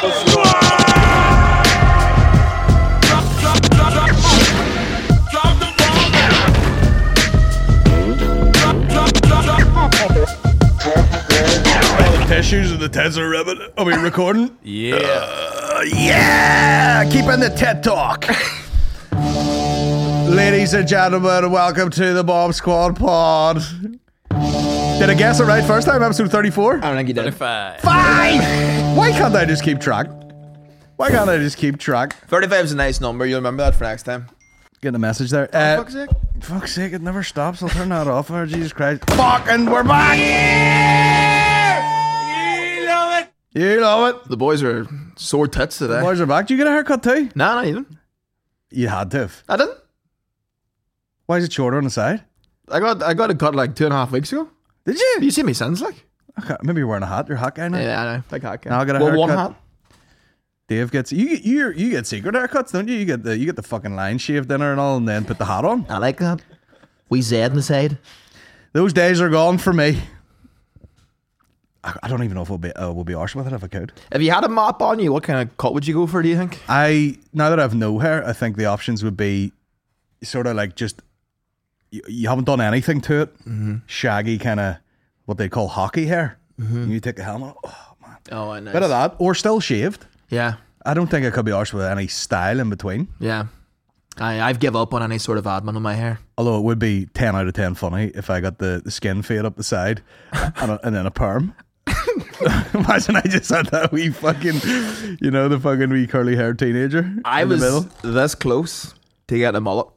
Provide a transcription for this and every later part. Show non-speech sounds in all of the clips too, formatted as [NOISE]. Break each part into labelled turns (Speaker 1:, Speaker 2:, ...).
Speaker 1: the floor.
Speaker 2: Test shoes and the Tesla rabbit. Are we recording?
Speaker 3: Yeah.
Speaker 2: yeah! Keeping the TED Talk. [LAUGHS] Ladies and gentlemen, welcome to the Bomb Squad Pod. Did I guess it right first time? Episode 34?
Speaker 4: I don't think you did.
Speaker 3: 35.
Speaker 2: Five! Why can't I just keep track? Why can't I just keep track?
Speaker 4: 35 is a nice number. You'll remember that for next time.
Speaker 2: Getting a message there. Uh,
Speaker 4: Fuck's sake.
Speaker 2: fuck's sake, it never stops. I'll turn that off. Oh, Jesus Christ. Fucking, we're back! You love it.
Speaker 4: The boys are sore tits today.
Speaker 2: Boys are back. Did you get a haircut too?
Speaker 4: Nah, not even.
Speaker 2: You had to. have.
Speaker 4: I didn't.
Speaker 2: Why is it shorter on the side?
Speaker 4: I got I got it cut like two and a half weeks ago.
Speaker 2: Did you?
Speaker 4: You see me since like?
Speaker 2: Okay, maybe you're wearing a hat. You're a hat guy now.
Speaker 4: Yeah, I know. Big hat. guy.
Speaker 2: Now I got a
Speaker 4: well, one
Speaker 2: haircut.
Speaker 4: hat.
Speaker 2: Dave gets you. You you get secret haircuts, don't you? You get the you get the fucking line shaved dinner and all, and then put the hat on.
Speaker 4: I like that. We Zed in the side.
Speaker 2: Those days are gone for me. I, I don't even know if we'll be uh, we'll be arsed with it if I could.
Speaker 4: If you had a mop on you, what kind of cut would you go for? Do you think?
Speaker 2: I now that I've no hair, I think the options would be sort of like just you, you haven't done anything to it, shaggy kind of what they call hockey hair. You take the helmet, oh, man.
Speaker 4: Oh, I know.
Speaker 2: Mm-hmm. bit of that, or still shaved.
Speaker 4: Yeah,
Speaker 2: I don't think I could be arsed with any style in between.
Speaker 4: yeah. I I've give up on any sort of admin on my hair.
Speaker 2: Although it would be 10 out of 10 funny if I got the, the skin fade up the side
Speaker 4: [LAUGHS]
Speaker 2: and, a, and then a perm. [LAUGHS] Imagine I just had that wee fucking, you know, the fucking wee curly haired teenager.
Speaker 4: I
Speaker 2: in
Speaker 4: was
Speaker 2: The middle.
Speaker 4: this close to getting a mullet.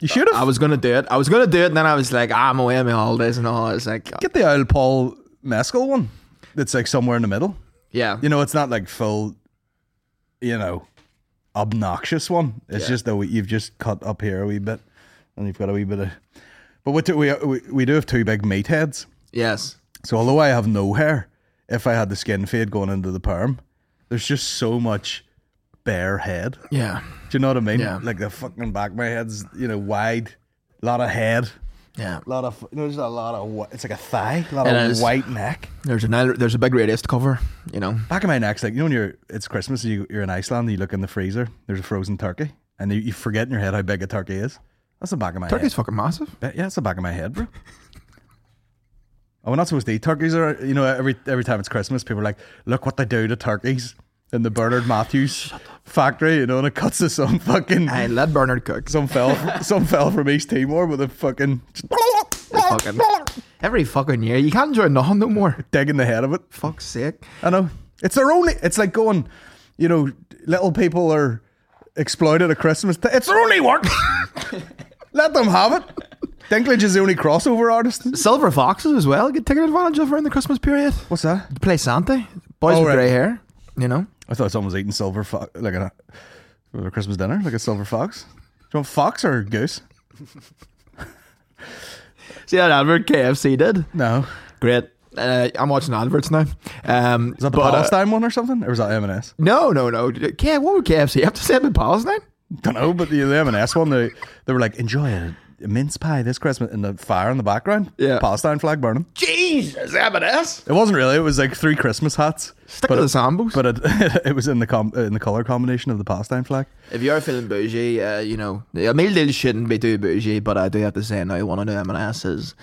Speaker 2: You should have.
Speaker 4: I was gonna do it. I was gonna do it, and then I was like, ah, I'm away on my holidays and all. It's like, uh,
Speaker 2: Get the Owl Paul Mescal one that's like somewhere in the middle.
Speaker 4: yeah,
Speaker 2: You know, it's not like full, you know, obnoxious one. It's
Speaker 4: Yeah.
Speaker 2: just that you've just cut up here a wee bit and you've got a wee bit of. But what do we, we, we do have two big meatheads.
Speaker 4: yes.
Speaker 2: So although I have no hair, if I had the skin fade going into the perm, there's just so much bare head. Do
Speaker 4: Yeah.
Speaker 2: you know what I mean?
Speaker 4: Yeah.
Speaker 2: Like the fucking back of my head's, you know, wide, lot of head,
Speaker 4: Yeah.
Speaker 2: lot of, you know, just a lot of, whi- it's like a thigh, a lot
Speaker 4: It
Speaker 2: of
Speaker 4: is.
Speaker 2: white neck.
Speaker 4: There's another there's a big radius to cover, you know.
Speaker 2: Back of my neck's like, you know, when you're, it's Christmas, you, you're in Iceland, and you look in the freezer, there's a frozen turkey, and you, you forget in your head how big a turkey is. That's the back of my
Speaker 4: Turkey's
Speaker 2: head.
Speaker 4: fucking massive.
Speaker 2: But Yeah, it's the back of my head, bro. oh, we're not supposed to eat turkeys. Or you know, every every time it's Christmas, people are like, "Look what they do to turkeys in the Bernard Matthews factory." You know, and it cuts to some fucking
Speaker 4: I let Bernard
Speaker 2: [LAUGHS]
Speaker 4: cook.
Speaker 2: some fell some fell from East Timor with a fucking
Speaker 4: fucking, every fucking year. You can't enjoy nothing no more. [LAUGHS]
Speaker 2: digging the head of it.
Speaker 4: Fuck's sake.
Speaker 2: I know it's their only. It's like going, you know, little people are exploited at Christmas. ti- It's their only work. Let them have it. Dinklage is the only crossover artist.
Speaker 4: Silver foxes as well get taken advantage of during the Christmas period.
Speaker 2: What's that?
Speaker 4: To play Santa. Boys
Speaker 2: Oh,
Speaker 4: with
Speaker 2: right.
Speaker 4: grey hair, you know.
Speaker 2: I thought someone was eating silver fox, like a, for Christmas dinner, like a silver fox. Do you want fox or goose?
Speaker 4: See that advert KFC did?
Speaker 2: No.
Speaker 4: Great. Uh, I'm watching adverts now. Um,
Speaker 2: Is that the
Speaker 4: but, uh,
Speaker 2: Palestine one or something? Or was that M&S?
Speaker 4: no, no, no. K- what would KFC have to say about Palestine?
Speaker 2: Don't know, but the, the M&S one, they, they were like, enjoy a, a mince pie this Christmas and the fire in the background.
Speaker 4: Yeah.
Speaker 2: Palestine flag burning.
Speaker 4: Jesus, M&S.
Speaker 2: It wasn't really. It was like three Christmas hats.
Speaker 4: Stick
Speaker 2: but
Speaker 4: to the
Speaker 2: it,
Speaker 4: Sambos.
Speaker 2: but it, it [LAUGHS] was in the com- in the color combination of the Palestine flag.
Speaker 4: If you are feeling bougie, uh, you know, a meal deal shouldn't be too bougie, but I do have to say now, one of the M&S is,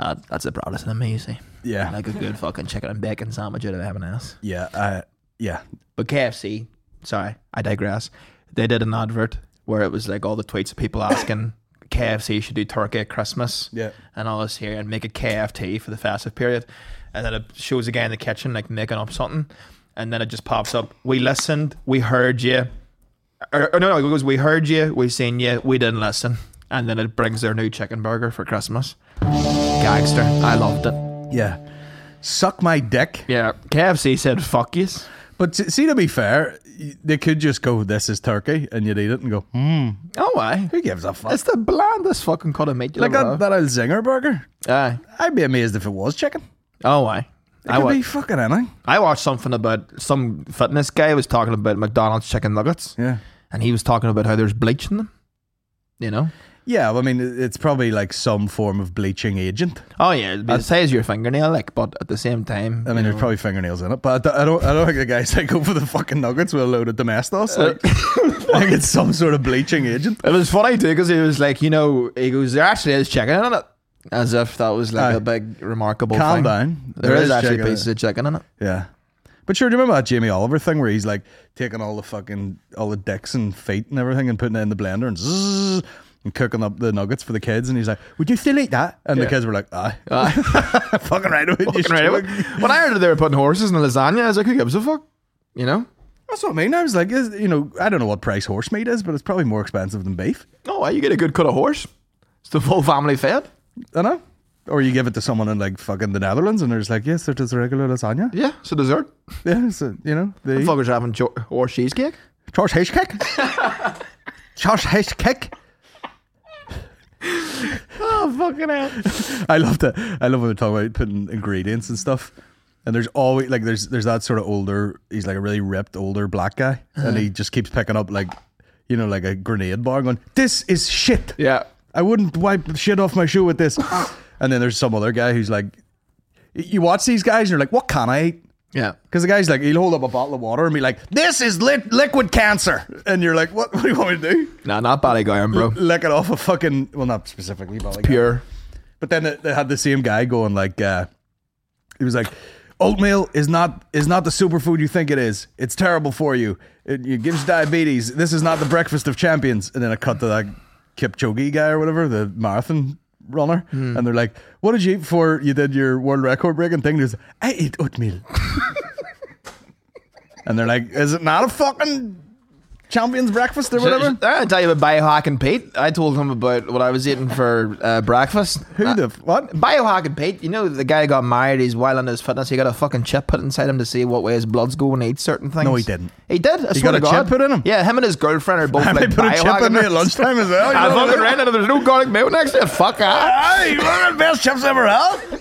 Speaker 4: uh, that's the proudest of me, you see.
Speaker 2: Yeah.
Speaker 4: Like a good fucking chicken and bacon sandwich out of M&S.
Speaker 2: Yeah. I, yeah.
Speaker 4: But KFC, sorry, I digress. They did an advert where it was like all the tweets of people asking [LAUGHS] KFC should do turkey at Christmas
Speaker 2: Yeah.
Speaker 4: and all this here and make a KFT for the festive period. And then it shows a guy in the kitchen like making up something. And then it just pops up. We listened, we heard you. Or, or no, no, it goes, we heard you, we seen you, we didn't listen. And then it brings their new chicken burger for Christmas. Gagster. I loved it.
Speaker 2: Yeah. Suck my dick.
Speaker 4: Yeah. KFC said, fuck yous.
Speaker 2: But s- see, to be fair, y- they could just go, this is turkey, and you'd eat it and go, hmm,
Speaker 4: Oh, I.
Speaker 2: who gives a fuck?
Speaker 4: It's the blandest fucking cut of meat you'll
Speaker 2: Like
Speaker 4: ever
Speaker 2: that,
Speaker 4: have.
Speaker 2: that old Zinger burger.
Speaker 4: Aye.
Speaker 2: I'd be amazed if it was chicken.
Speaker 4: Oh, I.
Speaker 2: It
Speaker 4: I,
Speaker 2: could
Speaker 4: wa-
Speaker 2: be fucking anything.
Speaker 4: I watched something about some fitness guy was talking about McDonald's chicken nuggets,
Speaker 2: Yeah.
Speaker 4: and he was talking about how there's bleach in them. You know,
Speaker 2: Yeah, well, I mean, it- it's probably like some form of bleaching agent.
Speaker 4: Oh yeah, it'd be the size of your fingernail, like, but at the same time,
Speaker 2: I mean, there's probably fingernails in it, but I don't. I don't think the guys that go for the fucking nuggets with a load of domestos. [LAUGHS] Like,
Speaker 4: Uh, [LAUGHS]
Speaker 2: I think it's some sort of bleaching agent.
Speaker 4: it was funny too because it was like you know he goes there actually is chicken in it, as if that was like
Speaker 2: Aye.
Speaker 4: a big remarkable
Speaker 2: Calm
Speaker 4: thing.
Speaker 2: down.
Speaker 4: there is, actually
Speaker 2: chicken in it.
Speaker 4: pieces of chicken in it.
Speaker 2: Yeah. But sure, do you remember that Jamie Oliver thing where he's like taking all the fucking all the dicks and feet and everything and putting it in the blender and zzz, and cooking up the nuggets for the kids and he's like, Would you still eat that? And
Speaker 4: Yeah.
Speaker 2: the kids were like, Aye.
Speaker 4: Aye.
Speaker 2: [LAUGHS]
Speaker 4: [LAUGHS]
Speaker 2: fucking right away.
Speaker 4: Fucking right away. When I heard that they were putting horses in the lasagna, I was like, who gives a fuck? You know?
Speaker 2: That's what I mean. I was like, is, you know, I don't know what price horse meat is, but it's probably more expensive than beef.
Speaker 4: No way, Oh, you get a good cut of horse. It's the full family fed.
Speaker 2: I know. Or you give it to someone in like fucking the Netherlands and they're just like, Yes, they're just regular lasagna.
Speaker 4: Yeah, it's a dessert.
Speaker 2: Yeah, so you know,
Speaker 4: The
Speaker 2: the
Speaker 4: fuckers are having jo- horse cheesecake.
Speaker 2: Charles Hitchcock.
Speaker 4: [LAUGHS]
Speaker 2: Charles Hitchcock.
Speaker 4: Oh, fucking hell.
Speaker 2: I love that. I love when we talk about putting ingredients and stuff. And there's always like there's there's that sort of older. He's like a really ripped older black guy, and
Speaker 4: Uh-huh.
Speaker 2: he just keeps picking up like, you know, like a grenade bar, and going, "This is shit.
Speaker 4: Yeah.
Speaker 2: I wouldn't wipe shit off my shoe with
Speaker 4: [LAUGHS]
Speaker 2: this." and then there's some other guy who's like, you watch these guys, and you're like, "What can I eat?"
Speaker 4: Yeah.
Speaker 2: Because the guy's like, he'll hold up a bottle of water and be like, "This is lit liquid cancer," and you're like, "What? [LAUGHS] What do you want me to do?
Speaker 4: Nah, not ballygown, bro.
Speaker 2: Lick it off a fucking well, not specifically, but like
Speaker 4: Pure.
Speaker 2: but then they- they had the same guy going like, uh, he was like, oatmeal is not is not the superfood you think it is. It's terrible for you. It, it gives diabetes. This is not the breakfast of champions. And then I cut to that Kipchoge guy or whatever, the marathon runner,
Speaker 4: Hmm.
Speaker 2: and they're like, "What did you eat before you did your world record breaking thing?" And he was, "I ate
Speaker 4: [LAUGHS]
Speaker 2: oatmeal." and they're like, "Is it not a fucking champions breakfast or whatever?"
Speaker 4: I tell you about biohacking Pete. I told him about what I was eating for uh, breakfast.
Speaker 2: Who the f- what?
Speaker 4: Biohacking Pete, you know the guy who got married. He's wild on his fitness. He got a fucking chip put inside him to see what way his blood's going and eat certain things.
Speaker 2: No, he didn't.
Speaker 4: He did. I
Speaker 2: He
Speaker 4: swear
Speaker 2: got
Speaker 4: to
Speaker 2: a chip
Speaker 4: God.
Speaker 2: put in him?
Speaker 4: Yeah, him and his girlfriend are
Speaker 2: [LAUGHS]
Speaker 4: both
Speaker 2: I
Speaker 4: like
Speaker 2: might put a chip in
Speaker 4: biohacking
Speaker 2: me
Speaker 4: her.
Speaker 2: at
Speaker 4: [LAUGHS]
Speaker 2: lunchtime as well. you
Speaker 4: I
Speaker 2: know what I mean?
Speaker 4: fucking ran out of there's no garlic milk next to it. Fuck off.
Speaker 2: Hey, one of the best chips ever had.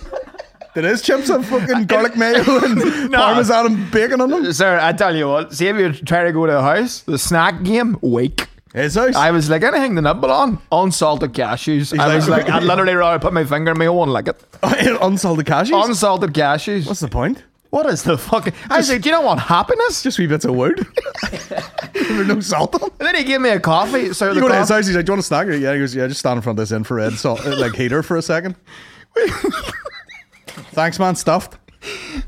Speaker 2: There is chips of fucking garlic mayo [LAUGHS] and
Speaker 4: No.
Speaker 2: parmesan and bacon on them.
Speaker 4: Sir, I tell you what, see if you're trying to go to the house, the snack game, wake.
Speaker 2: His house. [LAUGHS]
Speaker 4: I was like, anything the nibble on, unsalted cashews. I was
Speaker 2: like- [LAUGHS]
Speaker 4: like, I literally rather put my finger in my own like it.
Speaker 2: Unsalted cashews.
Speaker 4: Unsalted cashews.
Speaker 2: What's the point?
Speaker 4: what is the fucking? I said, do you know what happiness?
Speaker 2: Just wee bits of [LAUGHS] wood. There's no salt on them.
Speaker 4: And then he gave me a coffee. So
Speaker 2: You
Speaker 4: the
Speaker 2: go to his
Speaker 4: coffee,
Speaker 2: house, he's like, do you want a snack? Yeah, he goes, yeah, just stand in front of this infrared salt, uh, like heater for a second. [LAUGHS] Thanks, man. Stuffed.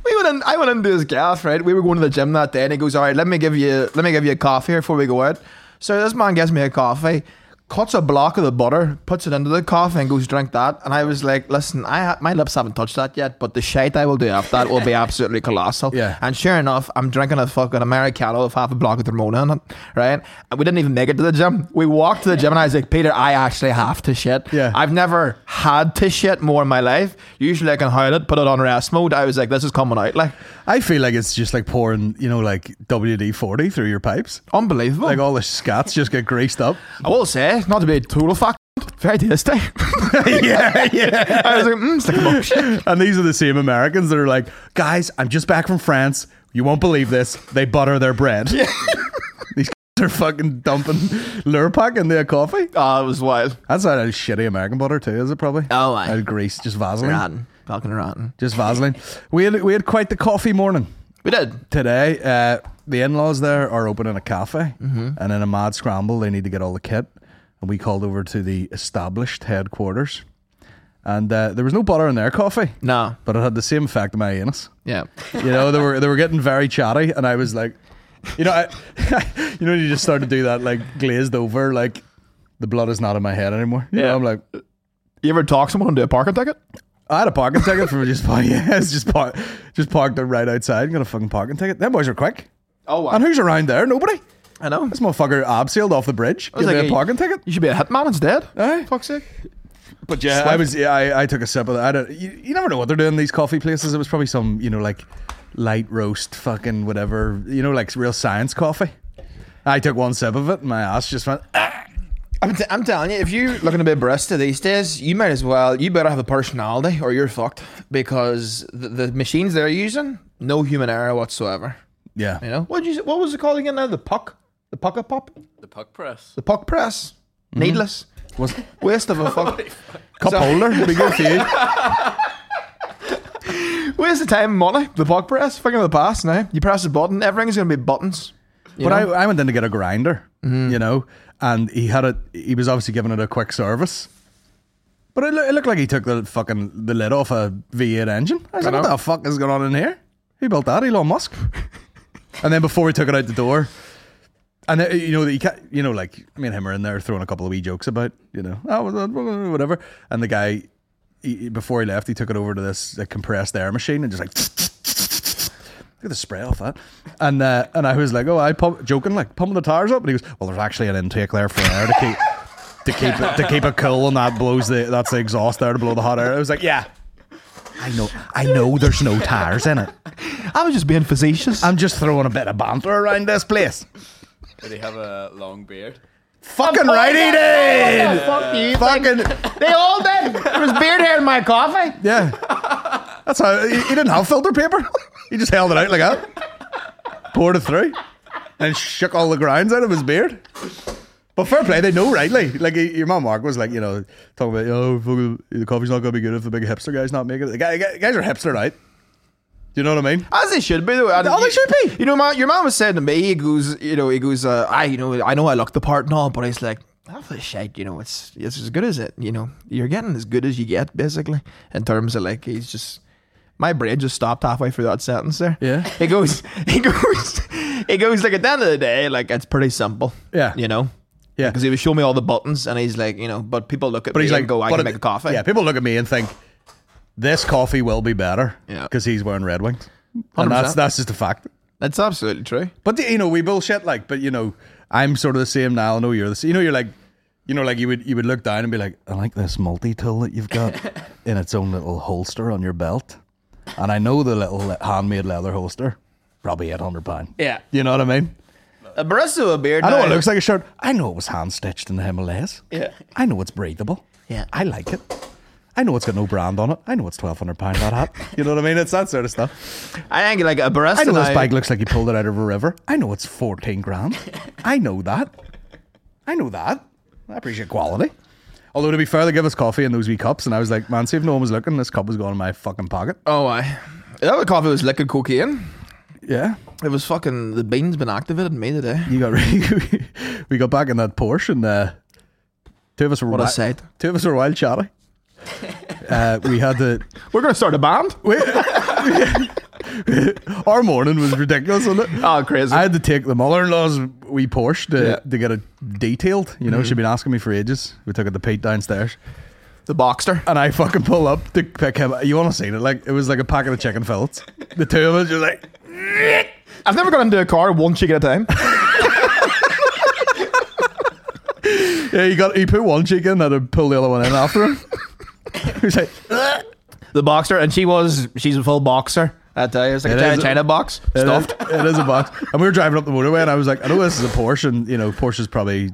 Speaker 4: we went in, I went into his gaff, right? We were going to the gym that day, and he goes, "All right, let me give you, let me give you a coffee here before we go out." So this man gives me a coffee, cuts a block of the butter, puts it into the coffee, and goes, "Drink that." And I was like, "Listen, I ha- my lips haven't touched that yet, but the shite I will do after that will be absolutely colossal."
Speaker 2: Yeah.
Speaker 4: And sure enough, I'm drinking a fucking Americano with half a block of Ramona in it, right? And we didn't even make it to the gym. We walked to the gym, and I was like, "Peter, I actually have to shit."
Speaker 2: Yeah.
Speaker 4: I've never had to shit more in my life. Usually I can hide it, put it on rest mode. I was like, this is coming out. Like,
Speaker 2: I feel like it's just like pouring, you know, like WD 40 through your pipes.
Speaker 4: unbelievable.
Speaker 2: Like all the scats just get greased up.
Speaker 4: I will say, not to be a total fuck, very tasty.
Speaker 2: [LAUGHS] yeah, yeah.
Speaker 4: [LAUGHS] I was like, mm, it's like a mug shit.
Speaker 2: And these are the same Americans that are like, guys, I'm just back from France. You won't believe this. They butter their bread. [LAUGHS] these are fucking dumping Lurpak in their coffee.
Speaker 4: Oh, it was wild.
Speaker 2: That's not a shitty American butter too, is it probably?
Speaker 4: Oh, aye.
Speaker 2: And grease, just Vaseline.
Speaker 4: Rotten. Fucking rotten.
Speaker 2: Just Vaseline. We had we had quite the coffee morning
Speaker 4: We did.
Speaker 2: today. Uh, the in-laws there are opening a cafe,
Speaker 4: Mm-hmm.
Speaker 2: and in a mad scramble, they need to get all the kit. And we called over to the established headquarters, and uh, there was no butter in their coffee,
Speaker 4: No.
Speaker 2: but it had the same effect on my anus.
Speaker 4: Yeah.
Speaker 2: You know, they were they were getting very chatty, and I was like, you know, I, [LAUGHS] you know, you just start to do that like glazed over, like the blood is not in my head anymore. You yeah,
Speaker 4: Yeah.
Speaker 2: I'm like,
Speaker 4: You ever talk someone into a parking ticket?
Speaker 2: I had a parking ticket for just park, [LAUGHS] yeah, it's just park, just parked it right outside. Got a fucking parking ticket. Them boys are quick.
Speaker 4: Oh, wow.
Speaker 2: And who's around there? Nobody.
Speaker 4: I know.
Speaker 2: This motherfucker abseiled off the bridge.
Speaker 4: was
Speaker 2: Give me a
Speaker 4: like, hey,
Speaker 2: parking ticket.
Speaker 4: You should be a hitman instead.
Speaker 2: Aye.
Speaker 4: Fuck's sake.
Speaker 2: But yeah, Uh, I was. Yeah, I, I took a sip of that. I don't. You, you never know what they're doing in these coffee places. It was probably some, you know, like light roast, fucking whatever. You know, like real science coffee. I took one sip of it, and my ass just went. "Ah."
Speaker 4: I'm, t- I'm telling you, if you're looking to be a barista these days, you might as well, you better have a personality or you're fucked because the, the machines they're using, no human error whatsoever.
Speaker 2: Yeah.
Speaker 4: You know, what you, what was it called again now? The puck? The puck a pop? Mm-hmm.
Speaker 1: The puck press.
Speaker 4: The puck press? Needless.
Speaker 2: Was
Speaker 4: Waste of a [LAUGHS] fuck.
Speaker 2: cup
Speaker 4: So-
Speaker 2: holder? Be good for you.
Speaker 4: Waste of time, and money. The bug press. Fucking the pass now. You press the button. Everything's gonna be buttons.
Speaker 2: But I, I went in to get a grinder, you know, and he had it. He was obviously giving it a quick service, but it, loo- it looked like he took the fucking the lid off a V8 engine. I was
Speaker 4: I
Speaker 2: like,
Speaker 4: know.
Speaker 2: what the fuck is going on in here? Who built that? Elon Musk. and then before he took it out the door, and uh, you know, you can't, you know, like me and him are in there throwing a couple of wee jokes about, you know, oh, whatever. And the guy, he, he- before he left, he took it over to this like, compressed air machine and just like, look at the spray off that. And uh, and I was like, oh, I pump, joking, like pumping the tires up. And he goes, well, there's actually an intake there for air to keep. To keep it to keep it cool and that blows the that's the exhaust there to blow the hot air. I was like, yeah, I know, I know. There's no tires in it.
Speaker 4: I was just being facetious.
Speaker 2: I'm just throwing a bit of banter around this place.
Speaker 1: Did he have a long beard?
Speaker 2: Fucking right, he did.
Speaker 4: Fuck you.
Speaker 2: Fucking
Speaker 4: They all did. There was beard hair in my coffee.
Speaker 2: Yeah. That's how he, he didn't have filter paper. [LAUGHS] He just held it out like that, poured it through, and shook all the grinds out of his beard. But fair play, they know rightly. Like he- your man Mark was like, you know, talking about, oh, fucking- the coffee's not gonna be good if the big hipster guy's not making it. The guy, guy- guys are hipster, right? Do you know what I mean?
Speaker 4: As they should be, though. And
Speaker 2: Oh, they should be.
Speaker 4: You know, my, your man was saying to me, he goes, you know, he goes, uh, I, you know, I know I look the part and all, but he's like, half the shit, you know, it's it's as good as it, you know, you're getting as good as you get, basically, in terms of like, he's just, my brain just stopped halfway through that sentence there.
Speaker 2: Yeah.
Speaker 4: He goes, [LAUGHS] he goes, he goes, like, at the end of the day, like, it's pretty simple.
Speaker 2: Yeah.
Speaker 4: You know?
Speaker 2: Yeah.
Speaker 4: Because he was showing me all the buttons and he's like, you know, but people look at
Speaker 2: But
Speaker 4: me
Speaker 2: he's
Speaker 4: and
Speaker 2: like,
Speaker 4: go, I
Speaker 2: but
Speaker 4: can
Speaker 2: it-
Speaker 4: make a coffee.
Speaker 2: Yeah, people look at me and think this coffee will be better
Speaker 4: Yeah.
Speaker 2: because he's wearing Red Wings, and that's
Speaker 4: 100%.
Speaker 2: that's just a fact.
Speaker 4: That's absolutely true.
Speaker 2: But you know, we bullshit like. But you know, I'm sort of the same now. I know you're the same. You know, you're like, you know, like you would you would look down and be like, I like this multi tool that you've
Speaker 4: [LAUGHS]
Speaker 2: got in its own little holster on your belt, and I know the little le- handmade leather holster, probably eight hundred pound.
Speaker 4: Yeah.
Speaker 2: You know what I mean?
Speaker 4: A barista with a beard.
Speaker 2: I know it
Speaker 4: now-
Speaker 2: looks like a shirt. I know it was hand stitched in the Himalayas.
Speaker 4: Yeah.
Speaker 2: I know it's breathable.
Speaker 4: Yeah.
Speaker 2: I like it. I know it's got no brand on it. I know it's twelve hundred pound that hat. You know what I mean? It's that sort of stuff.
Speaker 4: I think like a barista.
Speaker 2: I know this
Speaker 4: now-
Speaker 2: bike looks like you pulled it out of a river. I know it's 14 grand. I know that. I know that. I appreciate quality. Although, to be fair, they give us coffee in those wee cups, and I was like, man, see if no one was looking, this cup was going in my fucking pocket.
Speaker 4: Oh, I. That coffee was liquid cocaine.
Speaker 2: Yeah.
Speaker 4: It was fucking the beans been activated in me today.
Speaker 2: You got really. [LAUGHS] we got back in that Porsche, and uh, two of us were
Speaker 4: What a
Speaker 2: wi-
Speaker 4: sight.
Speaker 2: Two of us were wild chatty. Uh, we had the
Speaker 4: We're gonna start a band.
Speaker 2: we, [LAUGHS] our morning was ridiculous, wasn't it?
Speaker 4: Oh, crazy!
Speaker 2: I had to take the mother-in-law's wee Porsche to,
Speaker 4: Yeah. Mm-hmm.
Speaker 2: to get it detailed. You know, she'd been asking me for ages. We took it to Pete downstairs,
Speaker 4: the Boxster.
Speaker 2: and I fucking pull up to pick him. You want to see it? Like it was like a packet of chicken fillets. The two of us just like,
Speaker 4: I've never got into a car one chick at a time.
Speaker 2: yeah, he got he put one chicken and I'd pull the other one in after him. [LAUGHS] he was like, "Ugh."
Speaker 4: [LAUGHS] the Boxster, and she was she's a full boxer. I tell you, it's like
Speaker 2: It
Speaker 4: a China
Speaker 2: is-
Speaker 4: China box
Speaker 2: It is-
Speaker 4: stuffed.
Speaker 2: it is a box. And we were driving up the motorway, and I was like, I know this is a Porsche, and you know, Porsche's probably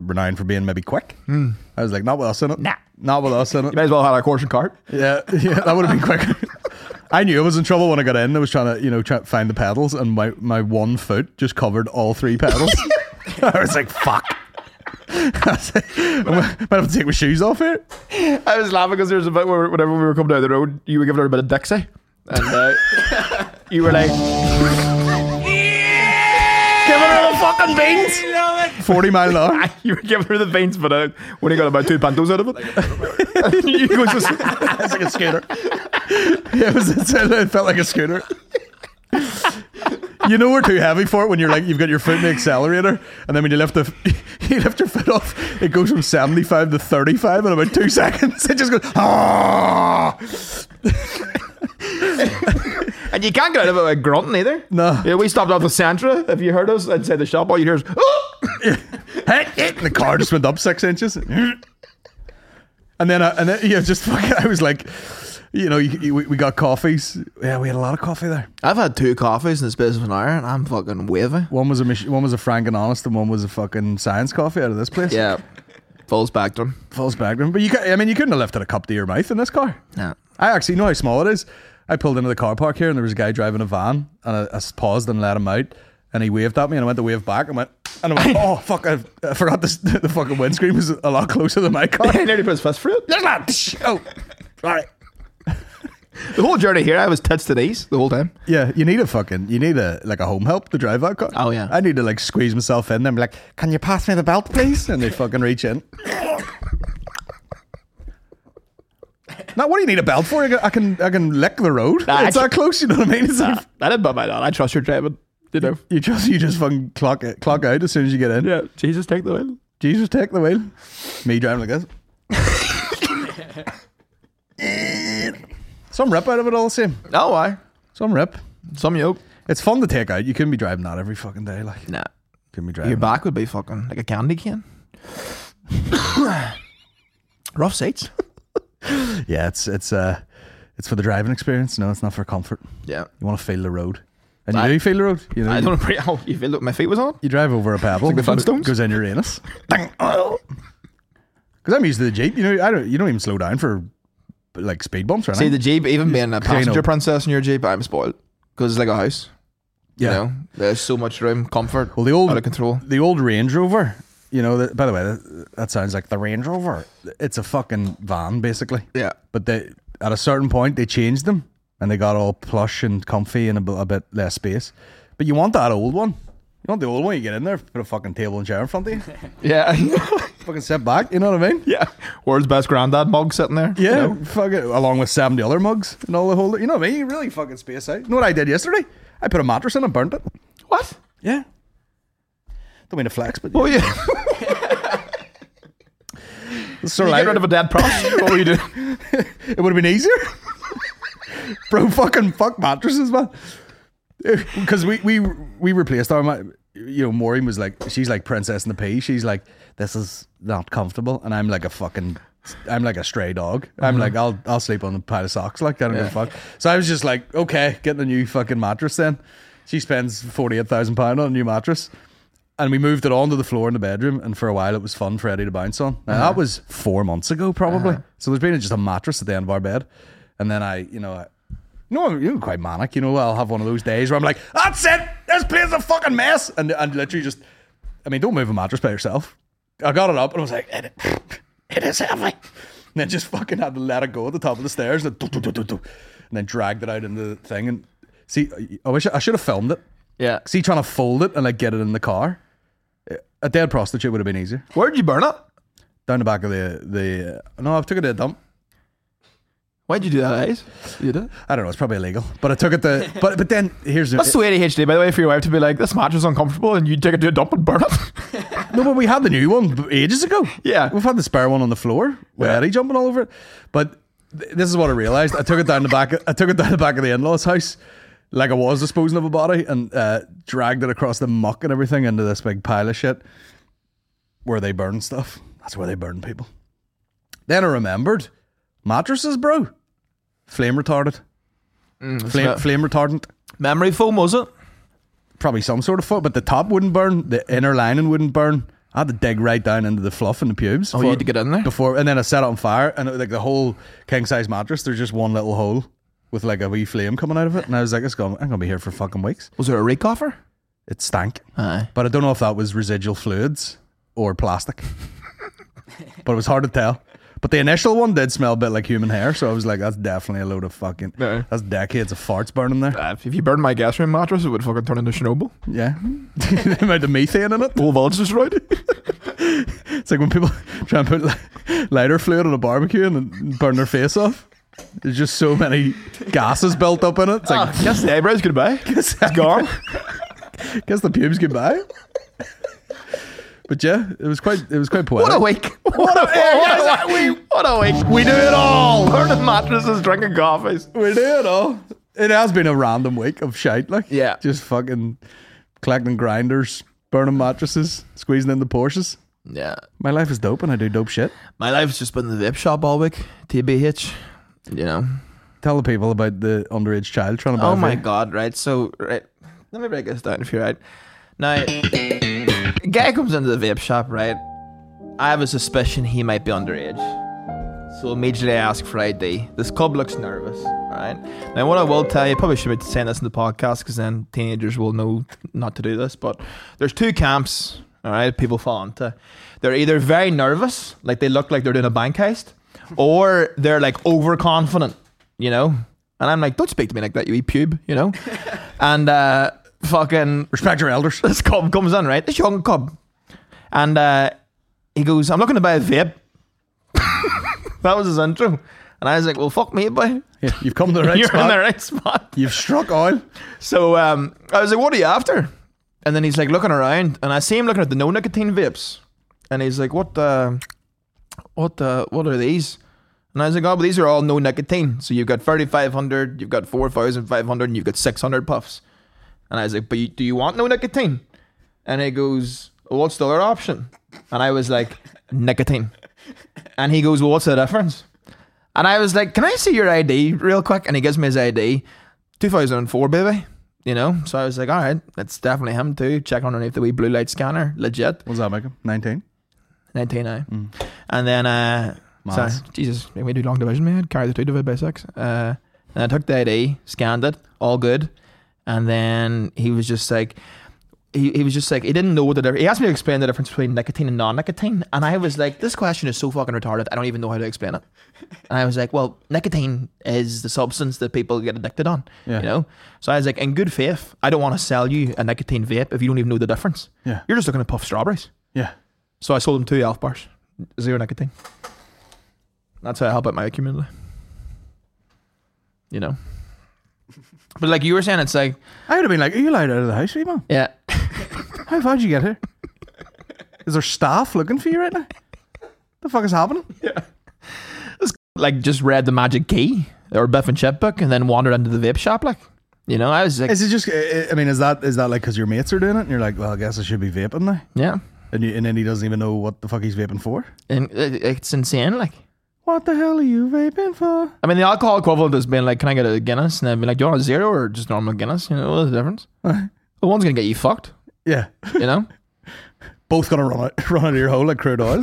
Speaker 2: renowned for being maybe quick. I was like, not with us in it.
Speaker 4: Hmm. Nah.
Speaker 2: not with us
Speaker 4: [LAUGHS]
Speaker 2: in it.
Speaker 4: You might as well have had a caution cart.
Speaker 2: Yeah, [LAUGHS] yeah, that would have been quicker. [LAUGHS] I knew I was in trouble when I got in. I was trying to, you know, try to find the pedals, and my, my one foot just covered all three
Speaker 4: [LAUGHS]
Speaker 2: pedals. [LAUGHS] I was like, fuck. [LAUGHS] I was like, I might have to take my shoes off here.
Speaker 4: [LAUGHS] I was laughing because there was a bit where whenever we were coming down the road, you were giving her a bit of Dixie, and [LAUGHS] uh, you were [LAUGHS] like, giving her the fucking beans.
Speaker 2: 40 mile an hour.
Speaker 4: [LAUGHS] you were giving her the veins, but uh, when he got about two pantos out of it, [LAUGHS] you was just,
Speaker 2: It's like a scooter. Yeah, it, was, it felt like a scooter. You know we're too heavy for it when you're like you've got your foot in the accelerator, and then when you lift the [LAUGHS] you lift your foot off, it goes from seventy five to thirty five in about two [LAUGHS] seconds. It just goes ah.
Speaker 4: [LAUGHS] and you can't get out of it like grunting either.
Speaker 2: No.
Speaker 4: yeah, we stopped off the Centra. If you heard us inside the shop, all you hear is, oh!
Speaker 2: Hey, eh, the car just went up six inches. And then, I, and then, yeah, just fucking, I was like, you know, you, you, we we got coffees. Yeah, we had a lot of coffee there.
Speaker 4: [COUGHS] I've had two coffees in the space of an hour, and I'm fucking wavy.
Speaker 2: One was a mich- one was a Frank and Honest, and one was a fucking science coffee out of this place.
Speaker 4: Yeah, full spectrum.
Speaker 2: falls back. But you, ca- I mean, you couldn't have lifted a cup to your mouth in this car.
Speaker 4: [LAUGHS] No.
Speaker 2: I actually know how small it is. I pulled into the car park here, and there was a guy driving a van, and I, I paused and let him out, and he waved at me, and I went to wave back, and went, And I went, oh, fuck, I, I forgot this, [LAUGHS] the fucking windscreen was a lot closer than my car.
Speaker 4: [LAUGHS] nearly put his fist through it.
Speaker 2: There's not. [LAUGHS] Oh, all right.
Speaker 4: The whole journey here, I was tits to these the whole time.
Speaker 2: Yeah, you need a fucking, you need a like a home help to drive that car.
Speaker 4: Oh, yeah.
Speaker 2: I need to like squeeze myself in. Them like, can you pass me the belt, please? And they fucking reach
Speaker 4: [LAUGHS]
Speaker 2: in. now, what do you need a belt for? I can, I can, I can lick the road.
Speaker 4: Nah,
Speaker 2: it's
Speaker 4: I-
Speaker 2: that close. You know what I mean? It's
Speaker 4: Nah,
Speaker 2: like
Speaker 4: [LAUGHS] that didn't bum my dad. I trust your driving. You know.
Speaker 2: you just, you just fucking clock it, clock out as soon as you get in.
Speaker 4: [LAUGHS] Yeah, Jesus, take the wheel.
Speaker 2: Jesus, take the wheel. Me driving
Speaker 4: [LAUGHS]
Speaker 2: like this. Some rip out of it all the same.
Speaker 4: No, why?
Speaker 2: Some rip.
Speaker 4: Some yoke.
Speaker 2: It's fun to take out. You couldn't be driving that every fucking day. Like,
Speaker 4: Nah,
Speaker 2: couldn't be
Speaker 4: your
Speaker 2: driving.
Speaker 4: back would be fucking like a candy cane. [COUGHS] Rough seats.
Speaker 2: Yeah, it's it's uh, it's for the driving experience. No, it's not for comfort.
Speaker 4: Yeah,
Speaker 2: You want to feel the road, and
Speaker 4: I-
Speaker 2: you do feel the road. You know,
Speaker 4: I
Speaker 2: you,
Speaker 4: don't know how you feel. Look, my feet was on.
Speaker 2: you drive over a pebble.
Speaker 4: like the
Speaker 2: it
Speaker 4: Flintstones.
Speaker 2: goes in your anus. Because I'm used to the jeep. You know, I don't. You don't even slow down for like speed bumps or
Speaker 4: See
Speaker 2: anything.
Speaker 4: the jeep, even being a
Speaker 2: I know.
Speaker 4: passenger princess in your jeep, I'm spoiled because it's like a house.
Speaker 2: yeah.
Speaker 4: You know, there's so much room, comfort,
Speaker 2: Well, the old
Speaker 4: out of control.
Speaker 2: the old Range Rover. You know, that, by the way, that, that sounds like the Range Rover. It's a fucking van, basically.
Speaker 4: Yeah,
Speaker 2: But they, at a certain point, they changed them and they got all plush and comfy and a, bit- a bit less space. But you want that old one. You want the old one, you get in there, put a fucking table and chair in front of you,
Speaker 4: [LAUGHS] yeah,
Speaker 2: fucking sit back, you know what I mean?
Speaker 4: yeah. World's best granddad mug sitting there. you
Speaker 2: Yeah,
Speaker 4: know?
Speaker 2: fuck it, along with 70 other mugs and all the whole, you know what I mean? You really fucking space out. You know what I did yesterday? I put a mattress in and burnt it.
Speaker 4: What?
Speaker 2: Yeah. Don't mean to flex, but
Speaker 4: Oh yeah.
Speaker 2: sort
Speaker 4: you
Speaker 2: of
Speaker 4: [LAUGHS] get
Speaker 2: like-
Speaker 4: rid of a dead prostitute. [LAUGHS] what were you doing?
Speaker 2: It would have been easier. [LAUGHS] Bro, fucking fuck mattresses, man. [LAUGHS] Because we, we we replaced our, ma- you know, Maureen was like, she's like Princess in the Pea. She's like, this is not comfortable, and I'm like a fucking, I'm like a stray dog. I'm like, I'll I'll sleep on a pile of socks, like I don't give a fuck. So I was just like, okay, getting a new fucking mattress. Then she spends forty eight thousand pound on a new mattress. And we moved it onto the floor in the bedroom, and for a while it was fun for Eddie to bounce on. Now that was four months ago, probably. So there's been just a mattress at the end of our bed, and then I, you know, I, no, I'm you're quite manic. You know, I'll have one of those days where I'm like, "That's it. This place is a fucking mess," and and literally just, I mean, don't move a mattress by yourself. I got it up and I was like, "It, it is heavy," and then just fucking had to let it go at the top of the stairs, and, do, do, do, do, do, and then dragged it out into the thing. And see, I wish I should have filmed it.
Speaker 4: Yeah.
Speaker 2: See, trying to fold it and like get it in the car. A dead prostitute would have been easier.
Speaker 4: Where'd you burn it?
Speaker 2: Down the back of the the. Uh, no, I've took it to a dump.
Speaker 4: Why'd you do that, guys? You did.
Speaker 2: I don't know. It's probably illegal, but I took it to. But but then here's the-
Speaker 4: That's so ADHD, by the way, for your wife to be like, this mattress is uncomfortable, and you take it to a dump and burn it.
Speaker 2: no, but we had the new one b- ages ago.
Speaker 4: Yeah.
Speaker 2: we've had the spare one on the floor with Eddie jumping all over it. But th- this is what I realized. I took it down the back. I took it down the back of the in-laws' house, like I was disposing of a body, and uh, dragged it across the muck and everything into this big pile of shit, where they burn stuff. That's where they burn people. Then I remembered mattresses, bro. Flame retarded. flame,
Speaker 4: not-
Speaker 2: flame retardant
Speaker 4: Memory foam, was it?
Speaker 2: probably some sort of foot, but the top wouldn't burn, the inner lining wouldn't burn. I had to dig right down into the fluff and the pubes.
Speaker 4: Oh, you had to get in there?
Speaker 2: before, and then I set it on fire, and it, like the whole king size mattress, there's just one little hole with like a wee flame coming out of it, and I was like, it's going, I'm gonna be here for fucking weeks.
Speaker 4: Was there a rake offer?
Speaker 2: It stank,
Speaker 4: Aye.
Speaker 2: but I don't know if that was residual fluids or plastic,
Speaker 4: [LAUGHS]
Speaker 2: but it was hard to tell. But the initial one did smell a bit like human hair, so I was like, that's definitely a load of fucking,
Speaker 4: No.
Speaker 2: that's decades of farts burning there.
Speaker 4: Uh, if you burned my gas room mattress, it would fucking turn into Chernobyl.
Speaker 2: Yeah, [LAUGHS] the amount of methane in it.
Speaker 4: The whole village destroyed.
Speaker 2: It's like when people [LAUGHS] try and put li- lighter fluid on a barbecue and then burn their face off. There's just so many gases built up in it. It's like, [LAUGHS]
Speaker 4: Guess Ah, the eyebrows [LAUGHS] goodbye.
Speaker 2: guess,
Speaker 4: It's gone.
Speaker 2: guess the pubes goodbye. But yeah, it was quite it was quite poetic.
Speaker 4: What a week. What a, [LAUGHS] what a week. What a week. We do it all. Burning mattresses, drinking coffees.
Speaker 2: we do it all. It has been a random week of shite, like
Speaker 4: Yeah.
Speaker 2: just fucking collecting grinders, burning mattresses, squeezing in the Porsches.
Speaker 4: Yeah.
Speaker 2: My life is dope, and I do dope shit.
Speaker 4: My life's just been in the vape shop all week. TBH. You know.
Speaker 2: Tell the people about the underage child trying to buy.
Speaker 4: Oh my
Speaker 2: vape.
Speaker 4: god, right. So right let me break this down if you're right. Now a guy comes into the vape shop, right? I have a suspicion he might be underage. So immediately I ask for ID. This cub looks nervous, alright? Now what I will tell you, probably should be saying this in the podcast because then teenagers will know not to do this, but there's two camps All right, people fall into. They're either very nervous, like they look like they're doing a bank heist, or they're like overconfident, you know. And I'm like, don't speak to me like that, you wee pube, you know. [LAUGHS] and uh, fucking
Speaker 2: Respect your
Speaker 4: [LAUGHS]
Speaker 2: elders.
Speaker 4: this cub comes in, right? This young cub. And uh, he goes, I'm looking to buy a vape. [LAUGHS] that was his intro. And I was like, well, fuck me, boy.
Speaker 2: Yeah, you've come to the right
Speaker 4: You're
Speaker 2: spot.
Speaker 4: in the right spot.
Speaker 2: You've struck oil.
Speaker 4: So um, I was like, what are you after? And then he's like looking around. And I see him looking at the no nicotine vapes. And he's like, what uh, what uh, what are these? And I was like, oh, but these are all no nicotine. So you've got 3,500, you've got 4,500, and you've got 600 puffs. And I was like, but you, do you want no nicotine? And he goes, well, what's the other option? And I was like, nicotine. And he goes, well, what's the difference? And I was like, can I see your ID real quick? And he gives me his ID, 2004, baby. You know? So I was like, all right, that's definitely him too. Check underneath the wee blue light scanner. Legit.
Speaker 2: What's that make him? 19?
Speaker 4: 19 now. And then, uh, sorry,
Speaker 2: Maths.
Speaker 4: Jesus, we do long division, man. Carry the two divided by six. Uh, and I took the ID, scanned it, all good. And then he was just like, he, he was just like, he didn't know what the difference, he asked me to explain the difference between nicotine and non-nicotine. And I was like, this question is so fucking retarded. I don't even know how to explain it. And I was like, well, nicotine is the substance that people get addicted on,
Speaker 2: Yeah.
Speaker 4: you know? So I was like, in good faith, I don't want to sell you a nicotine vape if you don't even know the difference.
Speaker 2: Yeah.
Speaker 4: You're just looking to puff strawberries.
Speaker 2: Yeah.
Speaker 4: So I sold him two elf bars, zero nicotine. That's how I help out my community.
Speaker 2: [LAUGHS]
Speaker 4: You know. But like you were saying, it's like
Speaker 2: I would have been like, Are you allowed out of the house, wee man?
Speaker 4: [LAUGHS] yeah,
Speaker 2: How far did you get here? Is there staff looking for you right now? The fuck is happening?
Speaker 4: like just read the magic key or Biff and Chip book and then wandered into the vape shop. Like, you know, I was like,
Speaker 2: Is it just? eh, I I mean, is that is that like because your mates are doing it, and you're like, well, I guess I should be vaping now,
Speaker 4: yeah,
Speaker 2: and you, and then he doesn't even know what the fuck he's vaping for.
Speaker 4: and it, it's insane. Like,
Speaker 2: What the hell are you vaping for? [LAUGHS]
Speaker 4: I mean, the alcohol equivalent has been like, can I get a Guinness? And I'd be like, do you want a zero or just normal Guinness? You know, what's the difference? The one's gonna get you fucked.
Speaker 2: Yeah, [LAUGHS]
Speaker 4: You know.
Speaker 2: both gonna run out, [LAUGHS] run out of your hole like crude [LAUGHS] oil.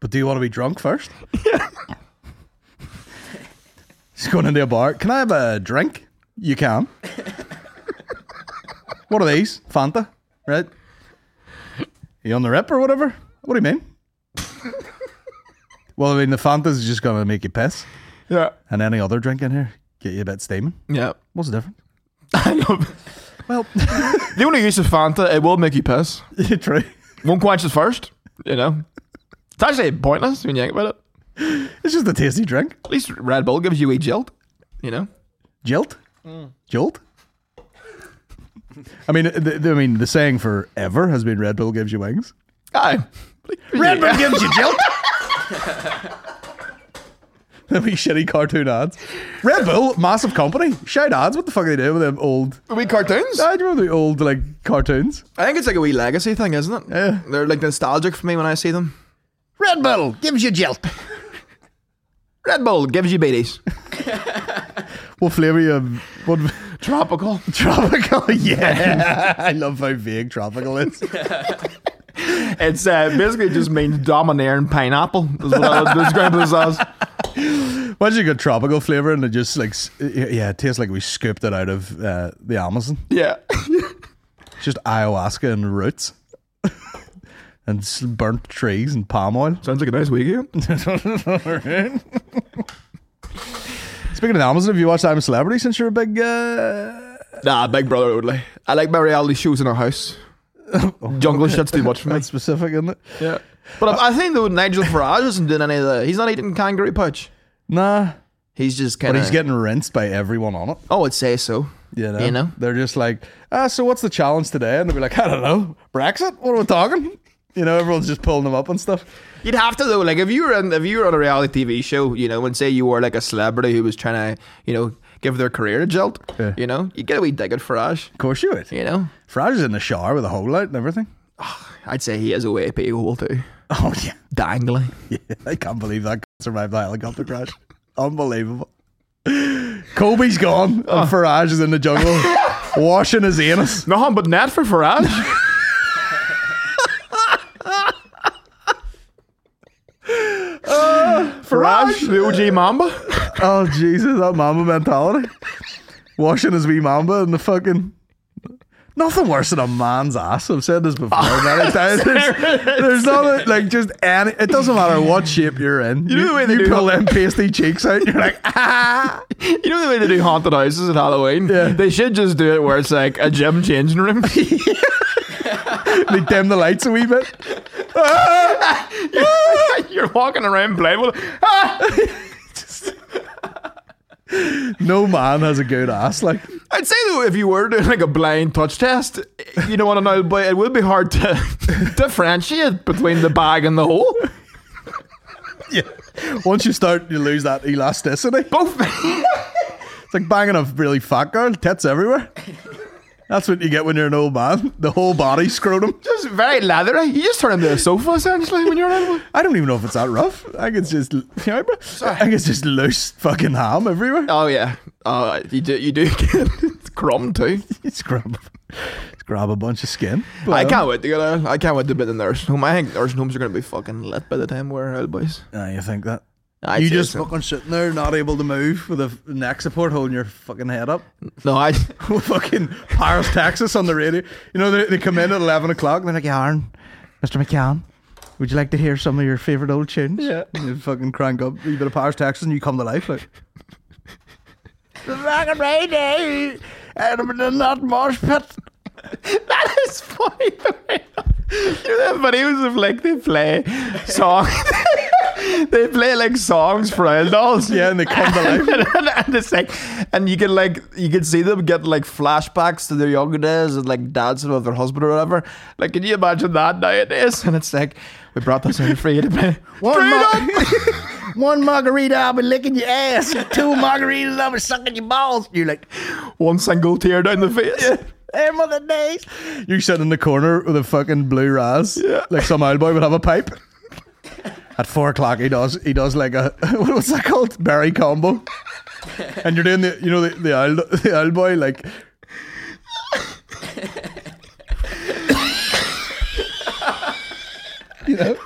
Speaker 2: but do you want to be drunk first? Yeah. [LAUGHS] Just going into a bar. Can I have a drink? You [LAUGHS] can. what are these? Fanta, right? You on the rip or whatever? What do you mean? [LAUGHS] well, I mean the Fanta's just gonna make you piss,
Speaker 4: Yeah.
Speaker 2: and any other drink in here get you a bit steaming.
Speaker 4: Yeah. [LAUGHS]
Speaker 2: What's the difference?
Speaker 4: I love.
Speaker 2: [LAUGHS] Well,
Speaker 4: The only use of Fanta, it will make you piss.
Speaker 2: true.
Speaker 4: One quench is first, you know. It's actually pointless when you think about it.
Speaker 2: It's just a tasty drink.
Speaker 4: At least Red Bull gives you a jilt, you know.
Speaker 2: Jilt? Jolt? I mean, the, the- I mean, the saying forever has been Red Bull gives you wings.
Speaker 4: Aye.
Speaker 2: Red Bull gives you [LAUGHS] jilt. the wee shitty cartoon ads. Red Bull, massive company. Shout ads. What the fuck are they doing with them old?
Speaker 4: wee cartoons.
Speaker 2: I remember the old like cartoons.
Speaker 4: I think it's like a wee legacy thing, isn't it?
Speaker 2: Yeah.
Speaker 4: They're like nostalgic for me when I see them.
Speaker 2: Red Bull gives you jilt.
Speaker 4: Red Bull gives you beaties.
Speaker 2: What flavour you? have- What
Speaker 4: Tropical.
Speaker 2: [LAUGHS] tropical? [LAUGHS] Yeah, I love how vague tropical is.
Speaker 4: It's uh, basically just means domineer and pineapple. Is what I was describing this as.
Speaker 2: Imagine you got tropical flavor and it just like s- yeah, it tastes like we scooped it out of uh, the Amazon.
Speaker 4: [LAUGHS] Yeah.
Speaker 2: It's just ayahuasca and roots [LAUGHS] and s- burnt trees and palm [LAUGHS] oil.
Speaker 4: Sounds like a nice weekend.
Speaker 2: eh? [LAUGHS] Speaking of the Amazon, have you watched I'm a Celebrity since you're a big? Uh...
Speaker 4: Nah, Big Brother only. I like my reality shows in
Speaker 2: [LAUGHS]
Speaker 4: a house. Jungle shit's too much for me.
Speaker 2: That's specific, isn't it?
Speaker 4: Yeah. But I I think though Nigel Farage isn't doing any of that. He's not eating kangaroo pouch.
Speaker 2: Nah,
Speaker 4: He's just kind
Speaker 2: but
Speaker 4: of.
Speaker 2: he's getting rinsed by everyone on it.
Speaker 4: I would say so.
Speaker 2: You know?
Speaker 4: You know?
Speaker 2: they're just like, ah, so what's the challenge today? And they'll be like, I don't know, Brexit. What are we talking? [LAUGHS] You know, everyone's just pulling them up and stuff.
Speaker 4: You'd have to though. Like if you were on, if you were on a reality TV show, you know, and say you were like a celebrity who was trying to, you know, give their career a jolt.
Speaker 2: Yeah.
Speaker 4: You know, you get a wee dig at Farage.
Speaker 2: Of course you would.
Speaker 4: You know,
Speaker 2: Farage is in the shower with a hole out and everything.
Speaker 4: I'd say he has a way of people too.
Speaker 2: Oh yeah,
Speaker 4: Dangly.
Speaker 2: yeah. [LAUGHS] I can't believe that survived that helicopter crash. Unbelievable. Kobe's gone and
Speaker 4: Oh.
Speaker 2: Farage is in the jungle washing his anus.
Speaker 4: Nothing but net for Farage. [LAUGHS] Farage, the OG Mamba.
Speaker 2: Oh Jesus, that mamba mentality. Washing his wee mamba in the fucking Nothing worse than a man's ass. I've said this before
Speaker 4: Oh,
Speaker 2: many
Speaker 4: [LAUGHS]
Speaker 2: times. There's, there's not like just any. It doesn't matter what shape you're in. You
Speaker 4: know the way they
Speaker 2: you
Speaker 4: do
Speaker 2: pull them pasty cheeks out. You're like, [LAUGHS] ah.
Speaker 4: You know the way they do haunted houses at Halloween?
Speaker 2: Yeah.
Speaker 4: They should just do it where it's like a gym changing [LAUGHS] room.
Speaker 2: They dim the lights a wee bit.
Speaker 4: You're walking around ah. playing with
Speaker 2: No man has a good ass. Like,
Speaker 4: I'd say though, if you were doing like a blind touch test, you know what I know, but it would be hard to [LAUGHS] differentiate between the bag and the hole.
Speaker 2: once you start, you lose that elasticity.
Speaker 4: Both.
Speaker 2: It's like banging a really fat girl, tits everywhere. That's what you get when you're an old man. The whole body scrotum.
Speaker 4: [LAUGHS] just very leathery. You just turn into a sofa essentially when you're in one.
Speaker 2: I don't even know if it's that rough. I think it's just, you know, bro? I think it's just loose fucking ham everywhere.
Speaker 4: Oh yeah. Oh, you do. You do [LAUGHS] get crumb too.
Speaker 2: Just grab, just grab a bunch of skin.
Speaker 4: I
Speaker 2: Well,
Speaker 4: can't wait to get out. I can't wait to be in the nursing home. I think nursing homes are gonna be fucking lit by the time we're out, boys.
Speaker 2: Aye, you think that?
Speaker 4: I
Speaker 2: you just fucking sitting there, not able to move, with a f- neck support holding your fucking head up.
Speaker 4: no.
Speaker 2: [LAUGHS]
Speaker 4: I.
Speaker 2: fucking Paris, Texas on the radio. You know, they, they come in at 11 o'clock and they're like, yeah, Aaron, Mr. McCann, would you like to hear some of your favourite old tunes?
Speaker 4: Yeah.
Speaker 2: And you fucking crank up a wee bit of Paris, Texas and you come to life. Like, the fucking rainy day, and I'm in the nut marsh pit.
Speaker 4: [LAUGHS] That is funny. you know the videos of like they play songs. [LAUGHS] they play like songs for old dolls.
Speaker 2: Yeah, and they come to life.
Speaker 4: and,
Speaker 2: [LAUGHS]
Speaker 4: [LAUGHS] and it's like, and you can like, you can see them get like flashbacks to their younger days and like dancing with their husband or whatever. Like, can you imagine that nowadays? And it's like, we brought this in for you to play.
Speaker 2: One,
Speaker 4: Freedom!
Speaker 2: mar- [LAUGHS] one margarita, I'll be licking your ass. Two margaritas, I'll be sucking your balls. You're like,
Speaker 4: One single tear down the face.
Speaker 2: Them other days. You sit in the corner with a fucking blue raz.
Speaker 4: Yeah.
Speaker 2: Like some old boy would have a pipe. At four o'clock, he does. He does like a [LAUGHS] what was that called? Berry combo. And you're doing the, you know, the the old, the old boy like. you know,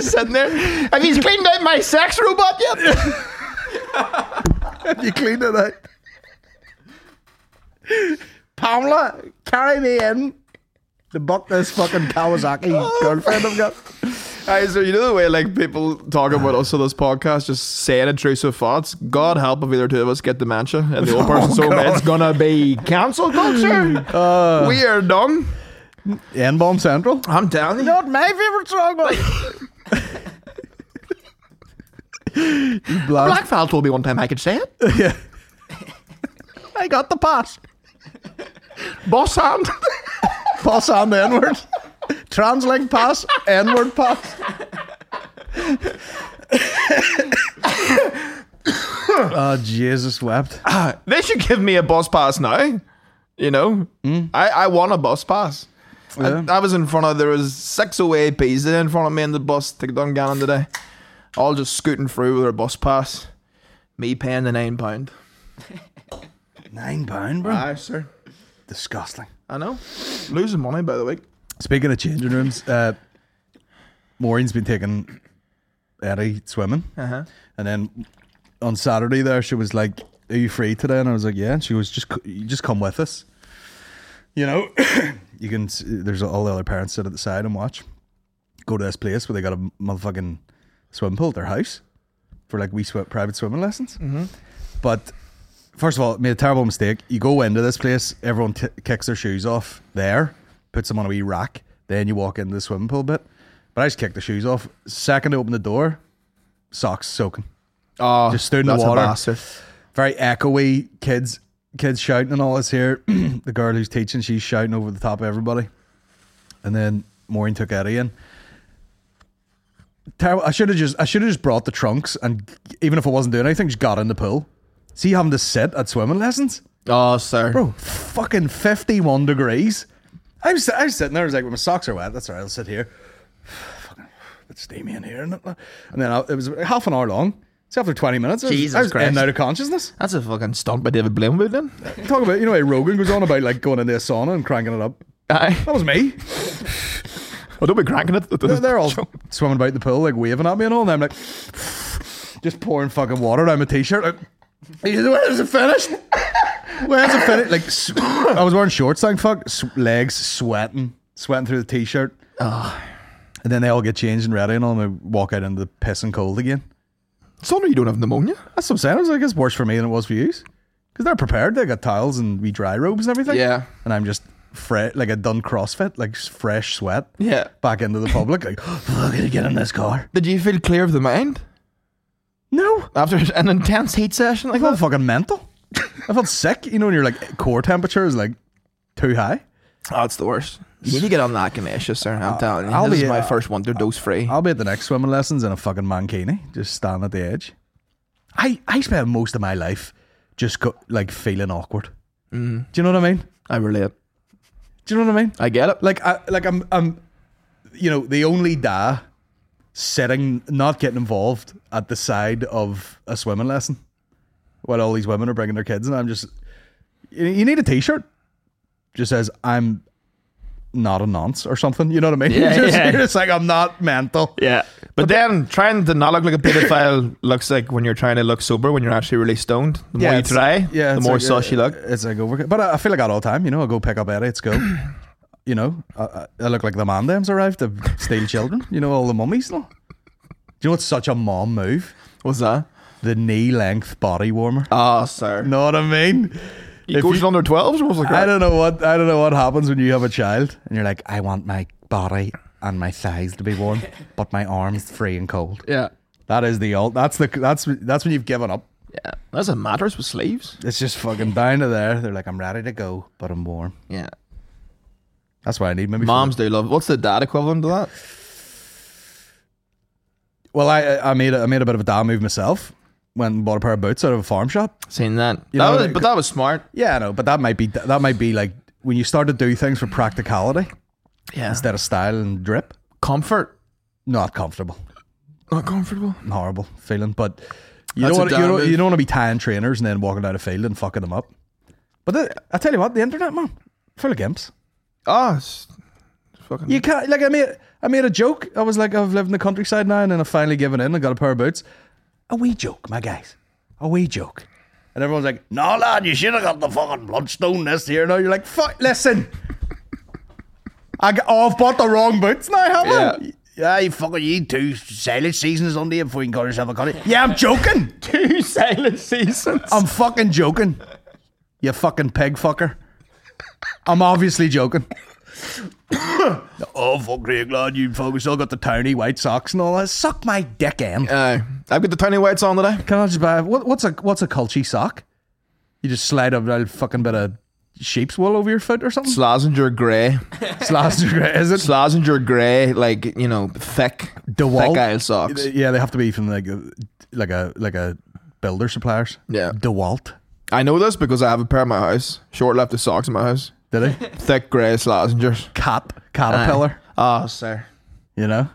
Speaker 4: Sitting there. Have you cleaned out my sex robot yet?
Speaker 2: you cleaned it out. Pamela, carry me in. The buck this fucking Kawasaki girlfriend I've got.
Speaker 4: [LAUGHS] Hey, so you know the way like people talk about us on this podcast, just saying intrusive thoughts. God help if either two of us get dementia and [LAUGHS] the old person's home,
Speaker 2: God.
Speaker 4: it's gonna be cancel [LAUGHS] culture. we are done.
Speaker 2: N bomb central.
Speaker 4: I'm down. You
Speaker 2: Not my favorite song, but Blast-
Speaker 4: Black File told me one time I could say it.
Speaker 2: yeah. I got the pass.
Speaker 4: [LAUGHS] Boss [LAUGHS] hand.
Speaker 2: Pass on the N-word. Translink pass, N-word pass. oh Jesus wept.
Speaker 4: they should give me a bus pass now. You know, I I want a bus pass. I-
Speaker 2: Yeah.
Speaker 4: I, was in front of there was six oh away APs in front of me in the bus to Dungannon today, all just scooting through with their bus pass. Me paying the nine pound.
Speaker 2: Nine pound, bro.
Speaker 4: Aye, sir.
Speaker 2: Disgusting.
Speaker 4: I know. Losing money by the way.
Speaker 2: Speaking of changing rooms, uh Maureen's been taking Eddie swimming.
Speaker 4: Uh-huh.
Speaker 2: And then on Saturday there, she was like, "Are you free today?" And I was like, "Yeah." And she was just, "You just come with us." You know, [COUGHS] you can. s- There's all the other parents sit at the side and watch. Go to this place where they got a motherfucking swim pool at their house for like we sw- private swimming lessons. But first of all, made a terrible mistake. You go into this place, everyone t- kicks their shoes off there, puts them on a wee rack, then you walk into the swimming pool bit. But I just kicked the shoes off. Second I opened the door, socks soaking.
Speaker 4: Oh,
Speaker 2: Just stood in the
Speaker 4: that's
Speaker 2: water.
Speaker 4: A bastard.
Speaker 2: Very echoey kids kids shouting and all this here. [CLEARS THROAT] the girl who's teaching, she's shouting over the top of everybody. And then Maureen took Eddie in. Terrible. I should have just I should have just brought the trunks and even if I wasn't doing anything, just got in the pool. See having to sit at swimming lessons? Ah,
Speaker 4: Oh, sir.
Speaker 2: Bro, fucking 51 degrees. I was, I was sitting there, I was like, well, my socks are wet. That's all right, I'll sit here. [SIGHS] Fucking, it's steamy in here. isn't it? And then I, it was half an hour long. So after 20 minutes, I was,
Speaker 4: Jesus
Speaker 2: I was in
Speaker 4: Christ.
Speaker 2: and out of consciousness.
Speaker 4: That's a fucking stunt by David Blaine,
Speaker 2: [LAUGHS]
Speaker 4: then.
Speaker 2: Talk about, you know, how Rogan goes on about like going into a sauna and cranking it up.
Speaker 4: Aye.
Speaker 2: That was me.
Speaker 4: Oh, don't be cranking it.
Speaker 2: They're,
Speaker 4: [LAUGHS]
Speaker 2: they're [LAUGHS] all swimming about the pool, like waving at me and all. And I'm like, [SIGHS] just pouring fucking water down my t shirt. Like, "Either way, is it finished? Well, as a finish, like sw- I was wearing shorts, thank fuck, s- legs sweating, sweating through the t-shirt. And then they all get changed and ready, and all, and I walk out into the pissing cold again.
Speaker 4: It's only you don't have pneumonia.
Speaker 2: That's what I'm saying. I was like, it's worse for me than it was for you, because they're prepared. They got towels and we dry robes and everything.
Speaker 4: Yeah.
Speaker 2: and I'm just fresh, like I'd done CrossFit, like s- fresh sweat.
Speaker 4: Yeah.
Speaker 2: back into the public, like [GASPS] fucking get in this car.
Speaker 4: Did you feel clear of the mind
Speaker 2: No,
Speaker 4: after [LAUGHS] an intense heat session
Speaker 2: I
Speaker 4: like
Speaker 2: felt
Speaker 4: that?
Speaker 2: fucking mental. I felt sick. You know, when your like core temperature is like too high.
Speaker 4: Oh, it's the worst. You need to get on that Ganesha, sir. I'm telling you.
Speaker 2: Uh, I'll
Speaker 4: this
Speaker 2: be-
Speaker 4: is my first one. They're dose free.
Speaker 2: I'll be at the next swimming lessons in a fucking mankini, just standing at the edge. I I spend most of my life just go, like feeling awkward. Mm. Do you know what I mean?
Speaker 4: I relate.
Speaker 2: Do you know what I mean?
Speaker 4: I get it.
Speaker 2: Like I like I'm I'm, you know, the only da sitting not getting involved at the side of a swimming lesson while all these women are bringing their kids, and I'm just you, you need a T-shirt just says I'm not a nonce or something. You know what I mean? [LAUGHS]
Speaker 4: Yeah,
Speaker 2: Just-
Speaker 4: yeah.
Speaker 2: It's like I'm not mental.
Speaker 4: Yeah. But, then trying to not look like a pedophile [LAUGHS] looks like when you're trying to look sober when you're actually really stoned. The more you
Speaker 2: it's-
Speaker 4: try,
Speaker 2: yeah,
Speaker 4: the
Speaker 2: it's
Speaker 4: more
Speaker 2: like,
Speaker 4: sus
Speaker 2: uh,
Speaker 4: you look.
Speaker 2: It's like over, but I, I feel like that all the time. You know, I go pick up Eddie. It's [CLEARS THROAT] go. you know, I- I, I look like the man them's arrived to steal children. You know, all the mummies. and all. Do you know what's such a mom move?
Speaker 4: What's that?
Speaker 2: The knee length body warmer.
Speaker 4: Oh, sir.
Speaker 2: Ah, Know what I mean?
Speaker 4: You
Speaker 2: if
Speaker 4: go
Speaker 2: you-
Speaker 4: to under 12s? What was like
Speaker 2: I
Speaker 4: that?
Speaker 2: don't know what I don't know what happens when you have a child and you're like, I want my body and my thighs to be warm, but my arms free and cold.
Speaker 4: Yeah.
Speaker 2: That is the old. That's the that's that's when you've given up.
Speaker 4: Yeah. Doesn't matter. It's with sleeves.
Speaker 2: It's just fucking down to there. They're like, I'm ready to go, but I'm warm.
Speaker 4: Yeah.
Speaker 2: That's why I need maybe
Speaker 4: Moms do love. What's the dad equivalent to that?
Speaker 2: Well, I I made a, I made a bit of a damn move myself when bought a pair of boots out of a farm shop.
Speaker 4: Seen that.
Speaker 2: You
Speaker 4: that
Speaker 2: know,
Speaker 4: was,
Speaker 2: it-
Speaker 4: but that was smart.
Speaker 2: Yeah, I know, but that might be that might be like when you start to do things for practicality
Speaker 4: Yeah.
Speaker 2: instead of style and drip.
Speaker 4: Comfort.
Speaker 2: Not comfortable,
Speaker 4: Not comfortable.
Speaker 2: horrible feeling. But you
Speaker 4: That's
Speaker 2: don't
Speaker 4: a
Speaker 2: want you
Speaker 4: damn
Speaker 2: don't,
Speaker 4: move.
Speaker 2: you don't want to be tying trainers and then walking down a field and fucking them up. But the, I tell you what, the internet man full of gimps.
Speaker 4: Oh, [LAUGHS] it's it's fucking.
Speaker 2: You can't like I made I made a joke. I was like, I've lived in the countryside now, and then I've finally given in. I got a pair of boots. A wee joke, my guys. A wee joke. And everyone's like, "No, lad, you should have got the fucking bloodstone this year." Now you're like, "Fuck, listen." I g- oh, I've bought the wrong boots now, have
Speaker 4: Yeah.
Speaker 2: I? Yeah, you fucking you two silage seasons on you before you can call yourself a country. Yeah, I'm joking.
Speaker 4: two silent seasons.
Speaker 2: I'm fucking joking. You fucking pig fucker. I'm obviously joking. [COUGHS] oh fuck, Greg lad, you fuck, we still got the towny white socks and all that. Suck my dick in.
Speaker 4: Uh, I've got the tiny whites on today.
Speaker 2: Can I just buy what, what's a what's a culchy sock? You just slide a little fucking bit of sheep's wool over your foot or something?
Speaker 4: Slazenger grey.
Speaker 2: Slash, [LAUGHS] is it?
Speaker 4: Slazenger grey, like, you know, thick.
Speaker 2: DeWalt.
Speaker 4: Thick aisle [LAUGHS] socks.
Speaker 2: Yeah, they have to be from like a, like a like a builder suppliers.
Speaker 4: Yeah.
Speaker 2: DeWalt.
Speaker 4: I know this because I have a pair in my house. Short left of socks in my house.
Speaker 2: Did
Speaker 4: [LAUGHS]
Speaker 2: they?
Speaker 4: Thick grey Slazengers.
Speaker 2: Cat caterpillar.
Speaker 4: Oh, sir.
Speaker 2: You know?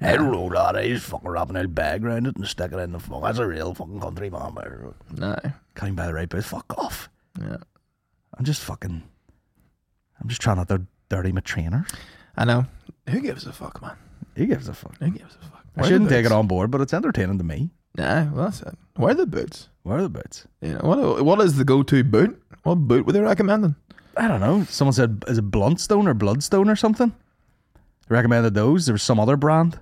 Speaker 2: It rolled out. I just fucking wrapping a bag around it and stick it in the fuck. That's a real fucking country man. man.
Speaker 4: No.
Speaker 2: Can't even buy the right boots. Fuck off.
Speaker 4: Yeah.
Speaker 2: I'm just fucking. I'm just trying not to dirty my trainer.
Speaker 4: I know. Who gives a fuck, man?
Speaker 2: He gives a fuck.
Speaker 4: Who gives a fuck?
Speaker 2: I shouldn't take it on board, but it's entertaining to me.
Speaker 4: Nah, well, that's it. Where are the boots?
Speaker 2: Where are the boots?
Speaker 4: You know, what, what is the go to boot? What boot were they recommending?
Speaker 2: I don't know. Someone said, is it Bluntstone or Bloodstone or something? They recommended those. There was some other brand. And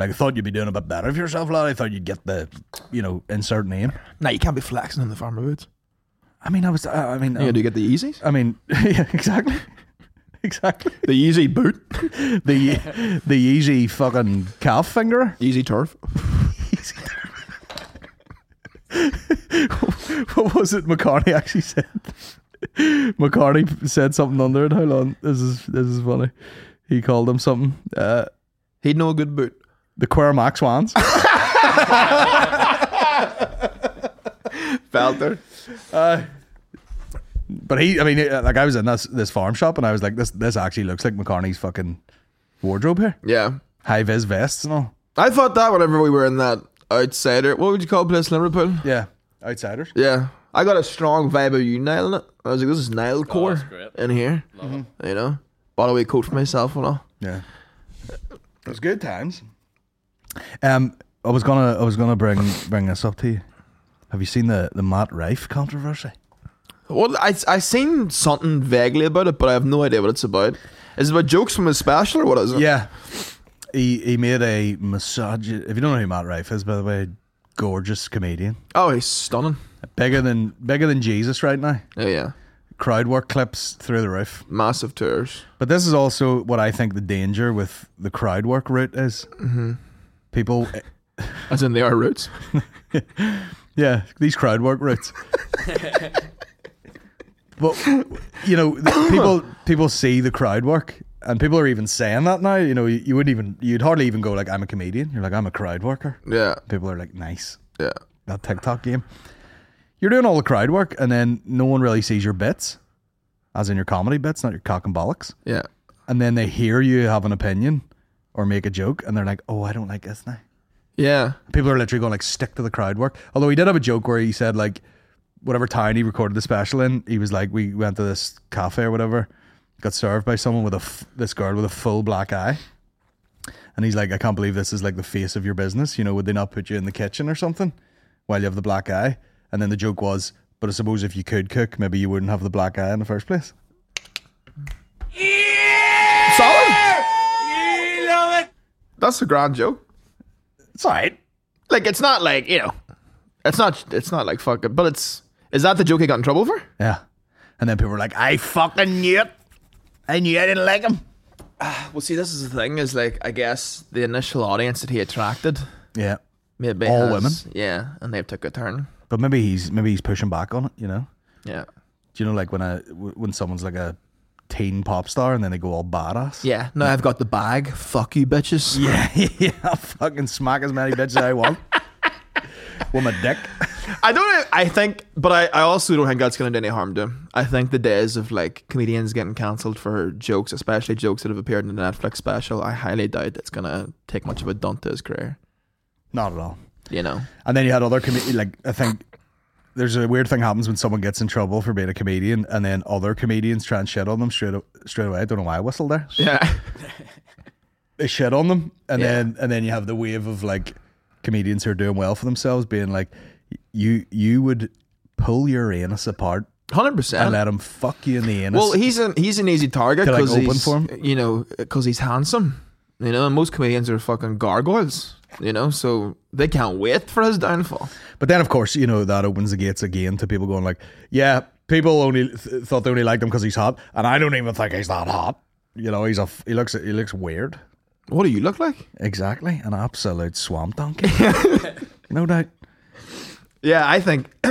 Speaker 2: they're like, I thought you'd be doing a bit better for yourself, lad. I thought you'd get the, you know, insert name.
Speaker 4: Nah, you can't be flexing on the farmer boots.
Speaker 2: I mean, I was, I I mean,
Speaker 4: Oh, Yeah, do you get the Yeezys?
Speaker 2: I mean, [LAUGHS] yeah, exactly, exactly.
Speaker 4: The Yeezy boot? [LAUGHS]
Speaker 2: [LAUGHS] The the easy fucking calf finger.
Speaker 4: Yeezy turf?
Speaker 2: [LAUGHS] What was it? McCartney actually said. [LAUGHS] McCartney said something under it. Hold on, this is this is funny. He called them something. Uh,
Speaker 4: He'd know a good boot.
Speaker 2: the Queer Max [LAUGHS] Wands.
Speaker 4: [LAUGHS] Felter.
Speaker 2: but he, I mean, uh, like I was in this this farm shop and I was like, this this actually looks like McCartney's fucking wardrobe here.
Speaker 4: Yeah.
Speaker 2: High vis vests and all.
Speaker 4: I thought that whenever we were in that outsider, what would you call the place in Liverpool?
Speaker 2: Yeah, outsiders.
Speaker 4: Yeah. I got a strong vibe of you nailing it. I was like, this is Nile core
Speaker 1: that's great.
Speaker 4: in here. You know? Bought a wee coat for myself and all.
Speaker 2: Yeah. It was good times. Um, I was gonna I was gonna bring bring this up to you. Have you seen the, the Matt Rife controversy?
Speaker 4: Well, I I seen something vaguely about it, but I have no idea what it's about. Is it about jokes from his special or what is it?
Speaker 2: Yeah. He, he made a massage. If you don't know who Matt Rife is, by the way, gorgeous comedian.
Speaker 4: Oh, he's stunning.
Speaker 2: Bigger than bigger than Jesus right now.
Speaker 4: Yeah, yeah.
Speaker 2: Crowd work clips through the roof.
Speaker 4: Massive tours.
Speaker 2: But this is also what I think the danger with the crowd work route is. Mm-hmm. People,
Speaker 4: As in they are roots.
Speaker 2: yeah, these crowd work routes. but you know, the- people people see the crowd work, and people are even saying that now. You know, you, you wouldn't even you'd hardly even go like, "I'm a comedian." You're like, "I'm a crowd worker."
Speaker 4: Yeah,
Speaker 2: People are like, "Nice."
Speaker 4: yeah.
Speaker 2: that TikTok game. You're doing all the crowd work, and then no one really sees your bits, as in your comedy bits, not your cock and bollocks.
Speaker 4: Yeah.
Speaker 2: And then they hear you have an opinion or make a joke, and they're like, "Oh, I don't like this now."
Speaker 4: Yeah.
Speaker 2: People are literally going like, "Stick to the crowd work." Although he did have a joke where he said like, whatever town he recorded the special in, he was like, "We went to this cafe or whatever, got served by someone with a f- this girl with a full black eye." And he's like, I can't believe this is like the face of your business. You know, would they not put you in the kitchen or something while you have the black eye? And then the joke was, but I suppose if you could cook, maybe you wouldn't have the black eye in the first place.
Speaker 4: Solid. That's a grand joke.
Speaker 2: It's all right.
Speaker 4: Like it's not like you know, it's not it's not like fucking. But it's is that the joke he got in trouble for?
Speaker 2: Yeah. And then people were like, I fucking knew it. I knew I didn't like him.
Speaker 4: Well, see, this is the thing. Is like I guess the initial audience that he attracted
Speaker 2: Yeah.
Speaker 4: maybe
Speaker 2: All
Speaker 4: has- Yeah, and they've took a turn.
Speaker 2: But maybe he's maybe he's pushing back on it, you know?
Speaker 4: Yeah.
Speaker 2: Do you know like when a when someone's like a teen pop star and then they go all badass?
Speaker 4: Yeah. Now I've got the bag. Fuck you,
Speaker 2: [LAUGHS]
Speaker 4: bitches.
Speaker 2: Yeah, yeah. I'll fucking smack as many bitches as I want. With my dick.
Speaker 4: I don't. I think, but I, I also don't think that's going to do any harm to him. I think the days of like comedians getting cancelled for jokes, especially jokes that have appeared in the Netflix special, I highly doubt that's going to take much of a dent to his career.
Speaker 2: Not at all.
Speaker 4: You know.
Speaker 2: And then you had other comedians, like, I think there's a weird thing happens when someone gets in trouble for being a comedian and then other comedians try and shit on them straight, straight away. I don't know why I whistled there.
Speaker 4: Yeah. [LAUGHS]
Speaker 2: They shit on them. And
Speaker 4: Yeah.
Speaker 2: then, and then you have the wave of like comedians who are doing well for themselves being like, you, you would pull your anus apart
Speaker 4: Hundred
Speaker 2: and
Speaker 4: percent.
Speaker 2: let him fuck you in the anus.
Speaker 4: Well, he's an he's an easy target
Speaker 2: They're, like,
Speaker 4: because
Speaker 2: open
Speaker 4: he's
Speaker 2: for him?
Speaker 4: you know 'cause he's handsome. You know, and most comedians are fucking gargoyles. You know, so they can't wait for his downfall.
Speaker 2: But then, of course, you know that opens the gates again to people going like, "Yeah, people only th- thought they only liked him because he's hot, and I don't even think he's that hot. You know, he's a f- he looks he looks weird.
Speaker 4: What do you look like?
Speaker 2: Exactly, an absolute swamp
Speaker 4: [LAUGHS]
Speaker 2: donkey. no doubt.
Speaker 4: Yeah, I think [CLEARS THROAT]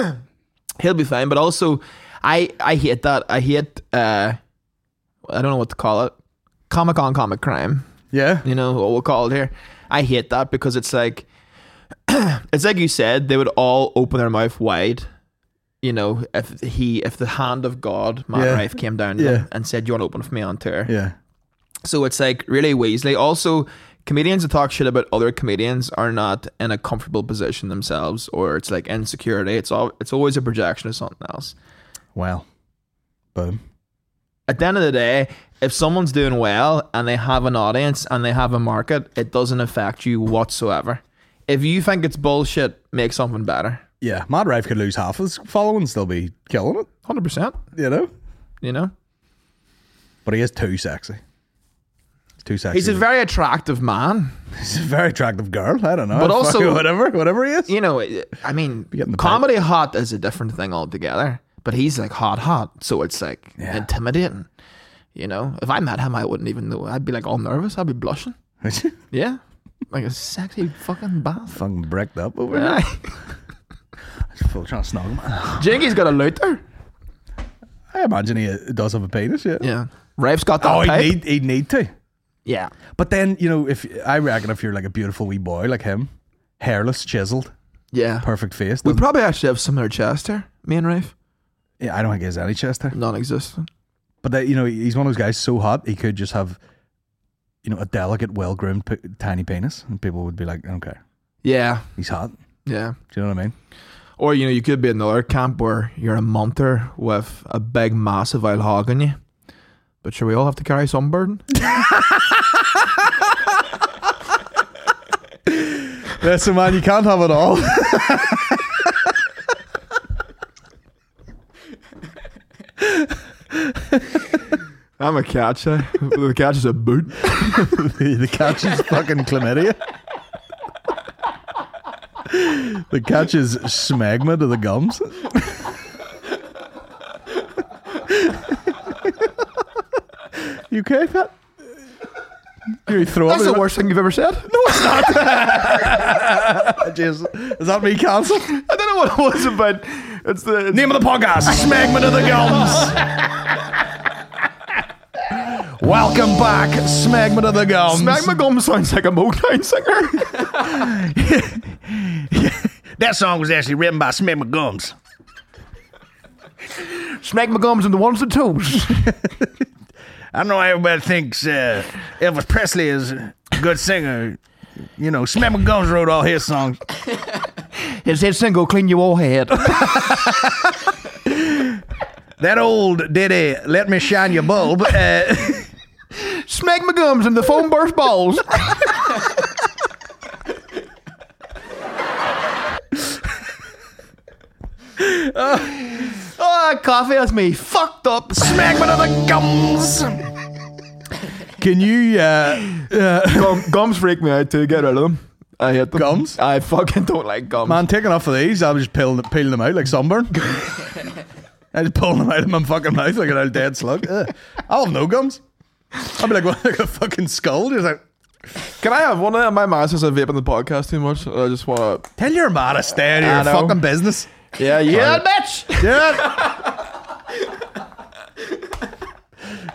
Speaker 4: he'll be fine. But also, I I hate that. I hate. uh I don't know what to call it. Comic on comic crime.
Speaker 2: Yeah,
Speaker 4: You know what we'll call it here. I hate that because it's like, [CLEARS THROAT] it's like you said, they would all open their mouth wide. You know, if he, if the hand of God, Matt
Speaker 2: Yeah.
Speaker 4: Rife, came down to
Speaker 2: Yeah.
Speaker 4: them and said, "You want to open for me on tour?"
Speaker 2: yeah.
Speaker 4: So it's like really Weasley. Also, comedians that talk shit about other comedians are not in a comfortable position themselves, or it's like insecurity. It's all it's always a projection of something else.
Speaker 2: Well, boom.
Speaker 4: At the end of the day, if someone's doing well and they have an audience and they have a market, it doesn't affect you whatsoever. If you think it's bullshit, make something better.
Speaker 2: Yeah, Mad Rife could lose half his following, still be killing it.
Speaker 4: Hundred percent.
Speaker 2: You know,
Speaker 4: You know,
Speaker 2: but he is too sexy. He's Too sexy.
Speaker 4: he's a very attractive man.
Speaker 2: He's a very attractive girl. I don't know.
Speaker 4: But
Speaker 2: Fuck
Speaker 4: also-
Speaker 2: whatever, whatever he is. [LAUGHS]
Speaker 4: You know, I mean,
Speaker 2: getting the
Speaker 4: comedy hot is a different thing altogether. But he's like hot, hot, so it's like
Speaker 2: Yeah.
Speaker 4: intimidating. You know, if I met him, I wouldn't even know. I'd be like all nervous. I'd be blushing. Yeah, like a sexy fucking bath.
Speaker 2: Fucking bricked up over there. Full trying to snog him.
Speaker 4: [LAUGHS] Jingy's got a looter.
Speaker 2: I imagine he uh, does have a penis, yeah.
Speaker 4: Yeah, Rafe's got that
Speaker 2: Oh, he'd
Speaker 4: pipe.
Speaker 2: need, he'd need to.
Speaker 4: yeah,
Speaker 2: But then, you know, if I reckon if you're like a beautiful wee boy like him, hairless, chiseled,
Speaker 4: yeah.
Speaker 2: perfect face,
Speaker 4: We
Speaker 2: then-
Speaker 4: probably actually have similar chest here. Me and Rafe,
Speaker 2: yeah, I don't think he has any chest hair.
Speaker 4: non-existent.
Speaker 2: But that, you know, he's one of those guys so hot, he could just have, you know, a delicate, well groomed, p- tiny penis. And people would be like, okay,
Speaker 4: Yeah,
Speaker 2: he's hot. Do
Speaker 4: yeah.
Speaker 2: you know what I mean?
Speaker 4: Or you know, you could be in another camp where you're a munter with a big, massive Isle hog on you. But sure, we all have to carry some burden.
Speaker 2: Listen, man, you can't have it all.
Speaker 4: [LAUGHS] I'm a catcher. the catcher's a
Speaker 2: [LAUGHS]
Speaker 4: boot.
Speaker 2: the, the catch is fucking chlamydia. the catch is smegma to the gums. you okay, Pat? You throw up.
Speaker 4: [LAUGHS] That's the worst thing you've ever said. No,
Speaker 2: Jeez. Is that me cancelled?
Speaker 4: I don't know what it was about. It's the it's
Speaker 2: Name of the podcast: Smegma to the Gums. Welcome back, Smegma to the Gums.
Speaker 4: Smack my gum sounds like a Motown singer.
Speaker 2: that song was actually written by Smegma Gums.
Speaker 4: [LAUGHS] Smack my gums and the ones and [LAUGHS] twos.
Speaker 2: I know everybody thinks uh, Elvis Presley is a good singer. You know, Smegma Gums wrote all his songs.
Speaker 4: His hit single, Clean Your Old Head. [LAUGHS]
Speaker 2: That old ditty, "Let Me Shine Your Bulb," uh, [LAUGHS]
Speaker 4: Smack my gums and the foam burst [LAUGHS] balls. oh, coffee has me fucked up.
Speaker 2: Smegma to the Gums. Can you? Uh, uh,
Speaker 4: Gum, gums freak me out too. Get rid of them. I hate them.
Speaker 2: Gums?
Speaker 4: I fucking don't like gums.
Speaker 2: man, taking off of these, I'm just peeling, peeling them out like sunburn. I just pulling them out of my fucking mouth like an old dead slug. Ugh. I'll have no gums. I'll be like, [LAUGHS] what, like a fucking skull. Just like,
Speaker 4: Can I have one of them? My man says I vape on the podcast too much. I just want to.
Speaker 2: tell your man to stay out of
Speaker 4: I
Speaker 2: your
Speaker 4: know.
Speaker 2: fucking business.
Speaker 4: Yeah, yeah, bitch.
Speaker 2: Yeah.
Speaker 4: [LAUGHS]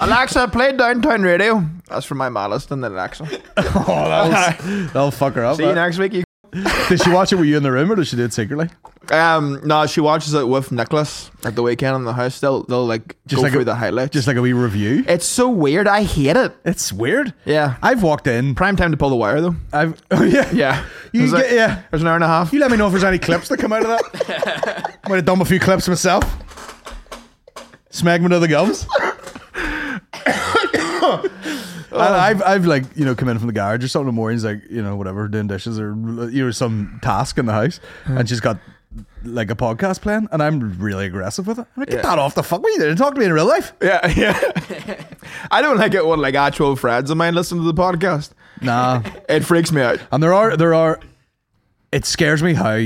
Speaker 4: Alexa, play Downtown Radio. That's from my malice and then Alexa.
Speaker 2: Oh, that'll, [LAUGHS] that'll fuck her up.
Speaker 4: See you
Speaker 2: that.
Speaker 4: next week. You.
Speaker 2: Did she watch it with you in the room, or did she do it secretly?
Speaker 4: Um, no, she watches it with Nicholas at the weekend in the house. They'll they'll like
Speaker 2: Just
Speaker 4: go
Speaker 2: like
Speaker 4: through
Speaker 2: a-
Speaker 4: the highlights.
Speaker 2: Just like a wee review.
Speaker 4: it's so weird. I hate it.
Speaker 2: It's weird.
Speaker 4: Yeah.
Speaker 2: I've walked in.
Speaker 4: Prime time to pull the wire though.
Speaker 2: I've [LAUGHS] oh yeah
Speaker 4: Yeah.
Speaker 2: You
Speaker 4: There's
Speaker 2: get
Speaker 4: like-
Speaker 2: yeah.
Speaker 4: There's an hour and a half.
Speaker 2: You let me know if there's any clips that come out of that. Might have done a few clips myself. Smeg me to the gums. And I've I've like you know come in from the garage or something in the mornings like you know whatever doing dishes or you know some task in the house and she's got like a podcast playing and I'm really aggressive with it. I'm like, get
Speaker 4: Yeah.
Speaker 2: that off the fuck. What are you doing? Talk to me in real life.
Speaker 4: Yeah, [LAUGHS] yeah. I don't like it when like actual friends of mine listen to the podcast.
Speaker 2: Nah,
Speaker 4: It freaks me out.
Speaker 2: And there are there are it scares me how,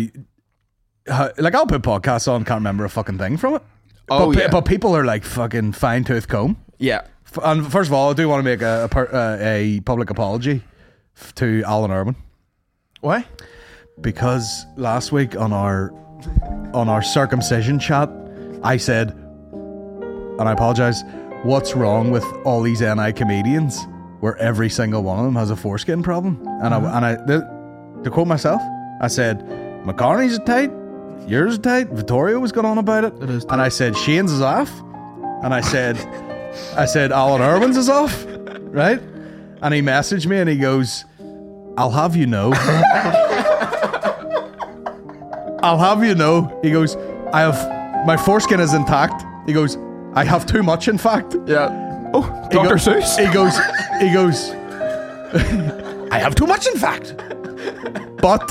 Speaker 2: how like I'll put podcasts on, can't remember a fucking thing from it.
Speaker 4: Oh,
Speaker 2: but, pe-
Speaker 4: yeah.
Speaker 2: but people are like fucking fine tooth comb.
Speaker 4: Yeah.
Speaker 2: F- And first of all, I do want to make a a, per, uh, a public apology f- to Alan Irwin
Speaker 4: Why?
Speaker 2: because last week on our on our circumcision chat, I said, and I apologize. What's wrong with all these NI comedians, where every single one of them has a foreskin problem? And I and I the, to quote myself, I said, "McCartney's are tight, yours are tight." Vittorio was going on about it,
Speaker 4: It is
Speaker 2: and I said, "Shane's is off," and I said, [LAUGHS] "I said Alan Irwin's is off," right? And he messaged me and he goes, "I'll have you know." I'll have you know. He goes, I have my foreskin is intact. He goes, I have too much, in fact.
Speaker 4: Yeah. Oh,
Speaker 2: He go-
Speaker 4: Doctor Seuss.
Speaker 2: He goes, he goes, I have too much, in fact. But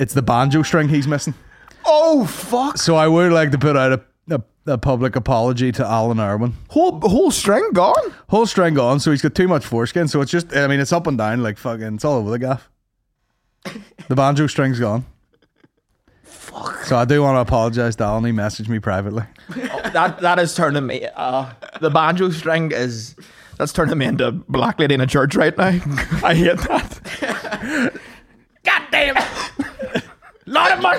Speaker 2: it's the banjo string he's missing.
Speaker 4: oh fuck!
Speaker 2: So I would like to put out a, a, a public apology to Alan Irwin.
Speaker 4: Whole whole string gone.
Speaker 2: Whole string gone, so he's got too much foreskin. So it's just, I mean, it's up and down, like fucking, it's all over the gaff. The banjo string's gone. Fuck. So I do want to apologize to Alan. He messaged me privately.
Speaker 4: That that is turning me. Uh, the banjo string is that's turning me into black lady in a church right now. I hate that. God damn it! Lot of money.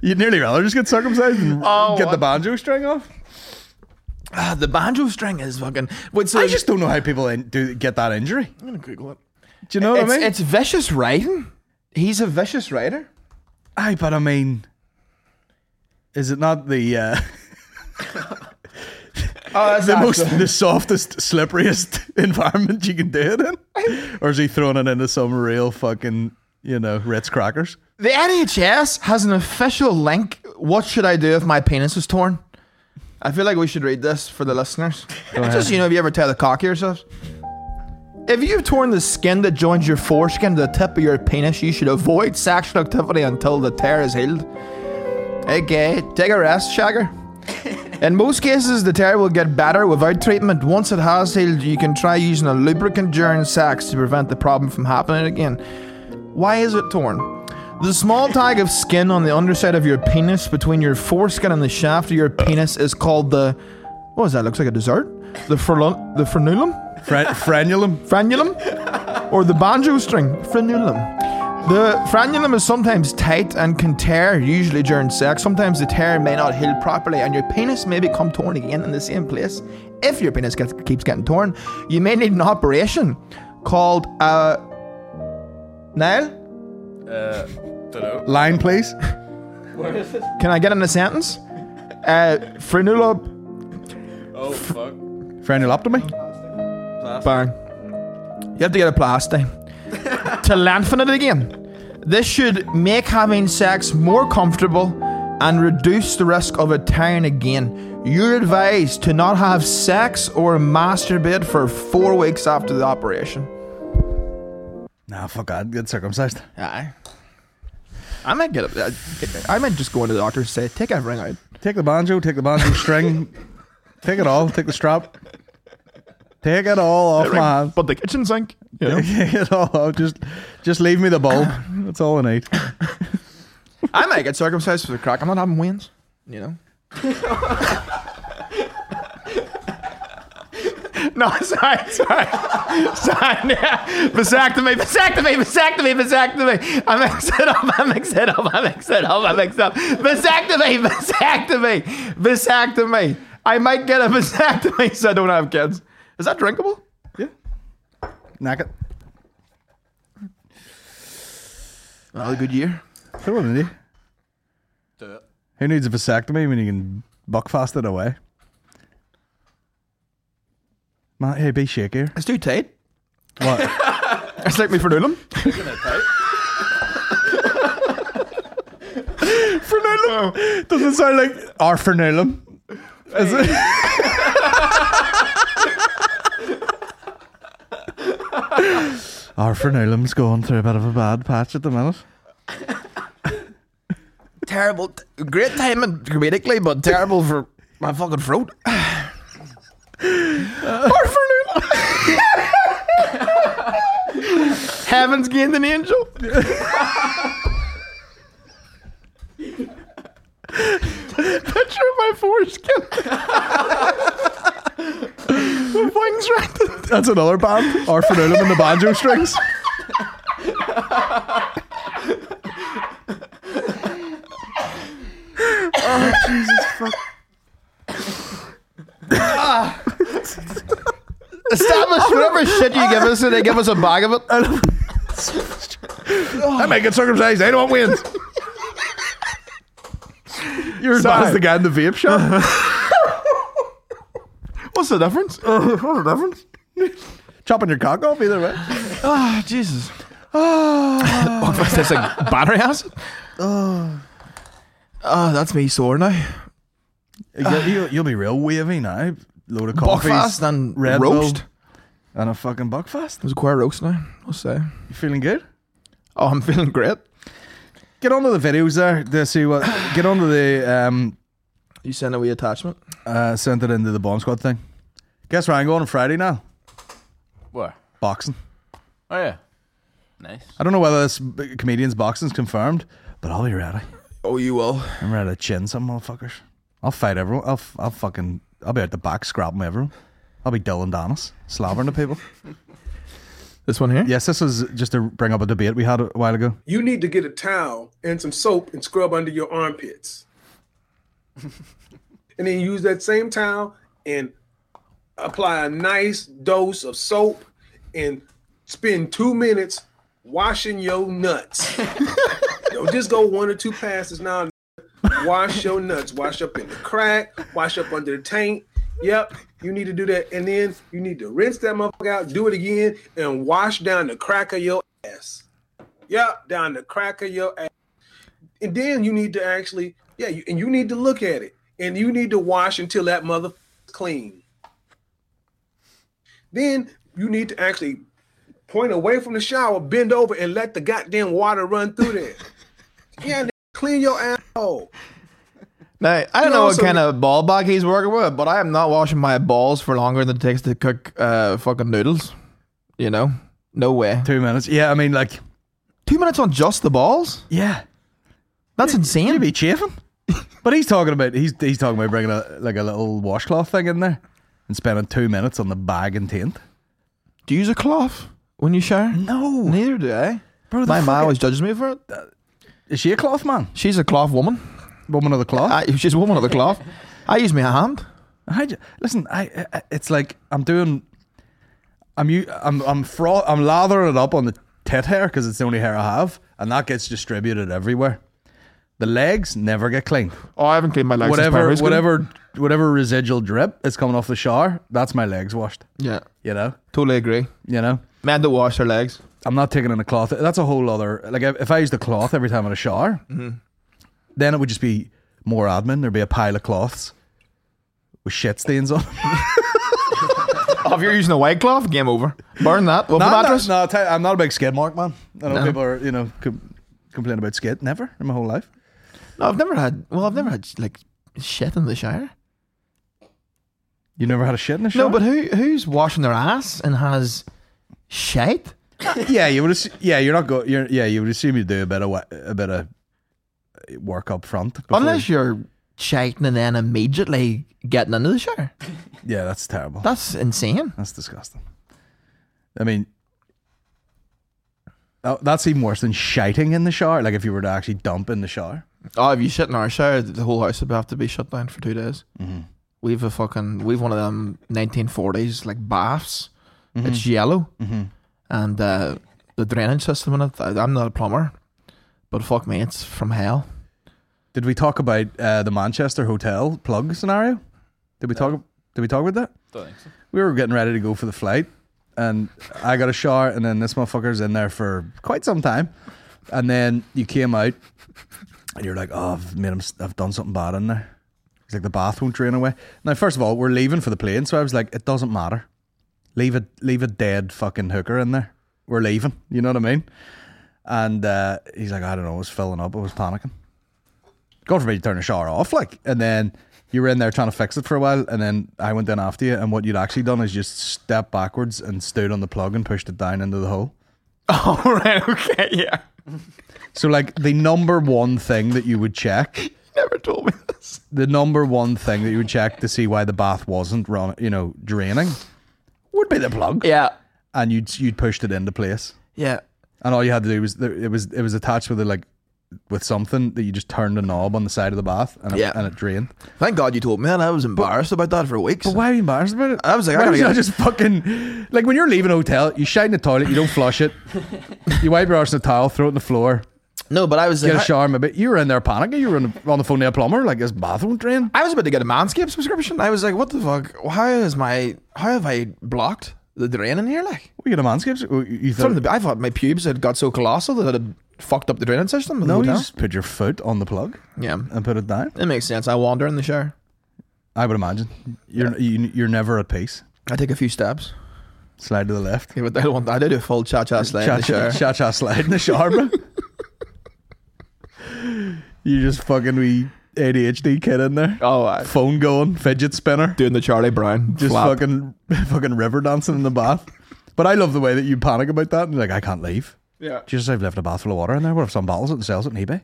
Speaker 2: You'd nearly rather just get circumcised and
Speaker 4: Oh,
Speaker 2: get
Speaker 4: I-
Speaker 2: the banjo string off.
Speaker 4: Ah, the banjo string is fucking. Wait, so
Speaker 2: I just don't know how people in- do get that injury.
Speaker 4: I'm gonna Google it.
Speaker 2: Do you know what
Speaker 4: it's,
Speaker 2: I mean?
Speaker 4: it's vicious writing. He's a vicious writer.
Speaker 2: Aye, but I mean, is it not the
Speaker 4: [LAUGHS]
Speaker 2: uh,
Speaker 4: Oh, that's
Speaker 2: the most the softest, slipperiest [LAUGHS] environment you can do it
Speaker 4: [LAUGHS]
Speaker 2: in? Or is he throwing it into some real fucking you know Ritz crackers?
Speaker 4: The NHS has an official link. What should I do if my penis is torn? I feel like we should read this for the listeners. Just you know, if you ever tear the cock of yourself. If you've torn the skin that joins your foreskin to the tip of your penis, you should avoid sexual activity until the tear is healed. Okay, take a rest, Shagger. In most cases, the tear will get better without treatment. Once it has healed, you can try using a lubricant during sex to prevent the problem from happening again. Why is it torn? The small tag of skin on the underside of your penis between your foreskin and the shaft of your penis is called the. What is that? Looks like a dessert? The, frelun, the frenulum?
Speaker 2: Fre- [LAUGHS] frenulum.
Speaker 4: Frenulum or the banjo string. Frenulum. The frenulum is sometimes tight and can tear, usually during sex. Sometimes the tear may not heal properly, and your penis may become torn again in the same place. If your penis gets, keeps getting torn, you may need an operation called a. Uh, Niall,
Speaker 1: Uh, dunno.
Speaker 2: Line, please.
Speaker 4: can I get in a sentence? Uh, frenulum.
Speaker 1: Oh fuck.
Speaker 2: Frenuloptomy.
Speaker 4: Bang. You have to get a plastic to lengthen it again. This should make having sex more comfortable and reduce the risk of it tearing again. You're advised to not have sex or masturbate for four weeks after the operation.
Speaker 2: Nah, fuck that. Get circumcised.
Speaker 4: Aye. I might get a, I might just go into the doctor and say, take everything out.
Speaker 2: Take the banjo. Take the banjo string. Take it all. Take the strap. Take it all off my hand.
Speaker 4: But the kitchen sink.
Speaker 2: [LAUGHS]
Speaker 4: You know?
Speaker 2: Take it all off. Just, just leave me the bulb. That's all I need.
Speaker 4: I might get circumcised for the crack. I'm not having wins. You know. [LAUGHS] no, sorry, sorry, sorry. yeah. Vasectomy, vasectomy, vasectomy, vasectomy. I mix it up. I mix it up. I mix it up. I mix it up. Vasectomy, vasectomy, vasectomy. I might get a vasectomy, so I don't have kids. Is that drinkable?
Speaker 2: Knack it.
Speaker 4: Another good year.
Speaker 2: Throw it in you.
Speaker 1: Do it.
Speaker 2: Who needs a vasectomy when you can buck fast it away? Man, hey, be shakier.
Speaker 4: It's too tight.
Speaker 2: What?
Speaker 4: It's like me for Newlam.
Speaker 1: Isn't it tight?
Speaker 2: Frenulum. Does it sound er like our frenulum? Is [LAUGHS] it? our frenulum's going through a bit of a bad patch er at the minute.
Speaker 4: terrible, t- great timing comedically, but terrible for my fucking throat. [LAUGHS] Or for noon. [LAUGHS] Heaven's gained an angel. [LAUGHS] Picture of my foreskin. [LAUGHS] With wings rounded.
Speaker 2: That's another band. Our frenulum and the banjo strings. oh Jesus fuck!
Speaker 4: Establish whatever shit you give us, and they give us a bag of it.
Speaker 2: I might get circumcised. I don't want wins. [LAUGHS] You're as bad
Speaker 4: Sorry.
Speaker 2: as the guy in the vape shop.
Speaker 4: [LAUGHS] What's the [LAUGHS] difference?
Speaker 2: What's the difference? [LAUGHS] Chopping your cock off either way.
Speaker 4: Oh, Jesus. [LAUGHS] Oh, is this like battery acid? Oh. that's me sore now.
Speaker 2: You'll, you'll- you'll be real wavy now. Load of coffees,
Speaker 4: Buckfast and
Speaker 2: Red
Speaker 4: roast.
Speaker 2: Bull, and a fucking buckfast.
Speaker 4: There's a quite roast now, I'll say.
Speaker 2: You feeling good?
Speaker 4: Oh, I'm feeling great.
Speaker 2: Get onto the videos there to see what. Get onto the um,
Speaker 4: You send away attachment.
Speaker 2: uh, sent it into the bomb squad thing. Guess where I'm going on Friday now?
Speaker 1: Where?
Speaker 2: Boxing.
Speaker 1: Oh yeah. Nice.
Speaker 2: I don't know whether this b- comedian's boxing's confirmed, but I'll be ready.
Speaker 4: Oh, you will.
Speaker 2: I'm ready to chin some motherfuckers. I'll fight everyone. I'll, f- I'll fucking. I'll be out the back scrapping everyone. I'll be Dylan Dennis, slobbering to people.
Speaker 4: This one here?
Speaker 2: Yes, this is just to bring up a debate we had a while ago.
Speaker 3: You need to get a towel and some soap and scrub under your armpits. and then use that same towel and apply a nice dose of soap and spend two minutes washing your nuts. Yo, just go one or two passes now. Wash your nuts. Wash up in the crack. Wash up under the taint. Yep, you need to do that. And then you need to rinse that motherfucker out, do it again, and wash down the crack of your ass. Yep, down the crack of your ass. And then you need to actually, yeah, you, and you need to look at it. And you need to wash until that motherfucker's clean. Then you need to actually point away from the shower, bend over, and let the goddamn water run through there. yeah, nigga, clean your asshole.
Speaker 4: Now, I don't
Speaker 3: You
Speaker 4: know what
Speaker 3: also-
Speaker 4: kind of ball bag he's working with, but I am not washing my balls for longer than it takes to cook uh, fucking noodles. You know? No way.
Speaker 2: Two minutes. Yeah, I mean, like,
Speaker 4: Two minutes on just the balls?
Speaker 2: yeah,
Speaker 4: That's
Speaker 2: you'd
Speaker 4: insane.
Speaker 2: be chafing. [LAUGHS] But he's talking about he's he's talking about bringing a like a little washcloth thing in there and spending two minutes on the bag and taint.
Speaker 4: Do you use a cloth when you shower?
Speaker 2: No,
Speaker 4: Neither do I.
Speaker 2: bro, the
Speaker 4: My mom
Speaker 2: fucking-
Speaker 4: always judges me for it.
Speaker 2: is she a cloth man?
Speaker 4: She's a cloth woman.
Speaker 2: Woman of the cloth.
Speaker 4: I, she's a woman of the cloth. [LAUGHS] I use my hand.
Speaker 2: I ju- listen. I, I it's like I'm doing. I'm you. I'm I'm fro- I'm lathering it up on the tit hair because it's the only hair I have, and that gets distributed everywhere. The legs never get cleaned.
Speaker 4: Oh, I haven't cleaned my legs. since
Speaker 2: whatever,
Speaker 4: primary school.
Speaker 2: whatever, whatever residual drip is coming off the shower. That's my legs washed.
Speaker 4: Yeah,
Speaker 2: You know.
Speaker 4: totally agree.
Speaker 2: You know.
Speaker 4: Men don't wash their legs.
Speaker 2: I'm not taking in a cloth. That's a whole other. Like if if I used a cloth every time in a shower, then it would just be more admin. There'd be a pile of cloths with shit stains on. them.
Speaker 4: Oh, if you're using a white cloth, game over. Burn that. Open
Speaker 2: No, I'm
Speaker 4: mattress.
Speaker 2: not, no, I'll tell you, I'm not a big skid mark man. I know
Speaker 4: No.
Speaker 2: people are, you know, com- complain about skid. Never in my whole life.
Speaker 4: No, I've never had. Well, I've never had like shit in the shower.
Speaker 2: You never had a shit in a
Speaker 4: No,
Speaker 2: shower?
Speaker 4: but who who's washing their ass and has shit?
Speaker 2: [LAUGHS] yeah, you would. Assu- yeah, you're not go. You're, yeah, you would assume you do a bit of wa- a bit of work up front. before-
Speaker 4: Unless you're shitting and then immediately getting into the shower.
Speaker 2: yeah, that's terrible.
Speaker 4: That's insane.
Speaker 2: that's disgusting. I mean, that, that's even worse than shiting in the shower. Like if you were to actually dump in the shower.
Speaker 4: Oh, if you shit in our shower, the whole house would have to be shut down for two days. We've a fucking we've one of them 1940s like baths. It's yellow, and uh, the drainage system in it. I- I'm not a plumber, but fuck me, it's from hell. [LAUGHS]
Speaker 2: Did we talk about uh, the Manchester hotel plug scenario? Did
Speaker 4: Uh,
Speaker 2: we talk? Did we talk about that?
Speaker 1: Don't think so.
Speaker 2: we were getting ready to go for the flight, and I got a shower, and then this motherfucker's in there for quite some time, and then you came out, and you're like, "Oh, I've made him. s- I've done something bad in there." He's like, "The bath won't drain away." Now, first of all, we're leaving for the plane, so I was like, "It doesn't matter. Leave a leave a dead fucking hooker in there. We're leaving. You know what I mean?" And uh, he's like, "I don't know. I was filling up. I was panicking." God forbid you turn the shower off, like, and then you were in there trying to fix it for a while, and then I went in after you, and what you'd actually done is just step backwards and stood on the plug and pushed it down into the hole.
Speaker 4: All right, okay, yeah.
Speaker 2: So, like, the number one thing that you would check,
Speaker 4: Never told me this.
Speaker 2: the number one thing that you would check to see why the bath wasn't run, you know, draining, would be the plug,
Speaker 4: Yeah,
Speaker 2: and you'd you'd pushed it into place,
Speaker 4: yeah.
Speaker 2: and all you had to do was there, it was it was attached with a like with something that you just turned a knob on the side of the bath, and it,
Speaker 4: Yeah.
Speaker 2: and it drained.
Speaker 4: Thank God you told me, and I was embarrassed about that for weeks.
Speaker 2: But why are you embarrassed about it?
Speaker 4: I was like, I
Speaker 2: why
Speaker 4: gotta
Speaker 2: would you
Speaker 4: get-
Speaker 2: not just fucking like when you're leaving a hotel, you shit in the toilet, you don't flush
Speaker 4: [LAUGHS]
Speaker 2: it, you wipe your arse in a towel, throw it on the floor,
Speaker 4: No, but I was
Speaker 2: get
Speaker 4: like,
Speaker 2: a shower, maybe you were in there panicking, you were on the, on the phone to a plumber, like this bathroom drain.
Speaker 4: I was about to get a Manscaped subscription. I was like, what the fuck? How is my how have I blocked the drain in here? Like,
Speaker 2: We get a manscapes. Oh, You you
Speaker 4: from
Speaker 2: thought
Speaker 4: the, I thought my pubes had got so colossal that it had fucked up the drainage system. of
Speaker 2: [LAUGHS]
Speaker 4: The
Speaker 2: no, you
Speaker 4: hotel.
Speaker 2: just put your foot on the plug
Speaker 4: yeah,
Speaker 2: and put it down.
Speaker 4: it makes sense. I wander in the shower.
Speaker 2: I would imagine you're you, you're never at peace.
Speaker 4: I take a few steps.
Speaker 2: Slide to the left.
Speaker 4: Yeah, but I don't want. I do a full cha cha [LAUGHS] slide in the
Speaker 2: Cha-cha-
Speaker 4: shower.
Speaker 2: Cha-cha slide in the shower,
Speaker 4: [LAUGHS]
Speaker 2: bro. you just fucking wee ADHD kid in there.
Speaker 4: Oh, I,
Speaker 2: Phone going, fidget spinner.
Speaker 4: doing the Charlie Brown.
Speaker 2: just
Speaker 4: flap.
Speaker 2: fucking [LAUGHS] fucking river dancing in the bath. But I love the way that you panic about that and you're like, I can't leave.
Speaker 4: Yeah.
Speaker 2: Jesus, I've left a bath full of water in there. What if some bottles it and sells it on eBay?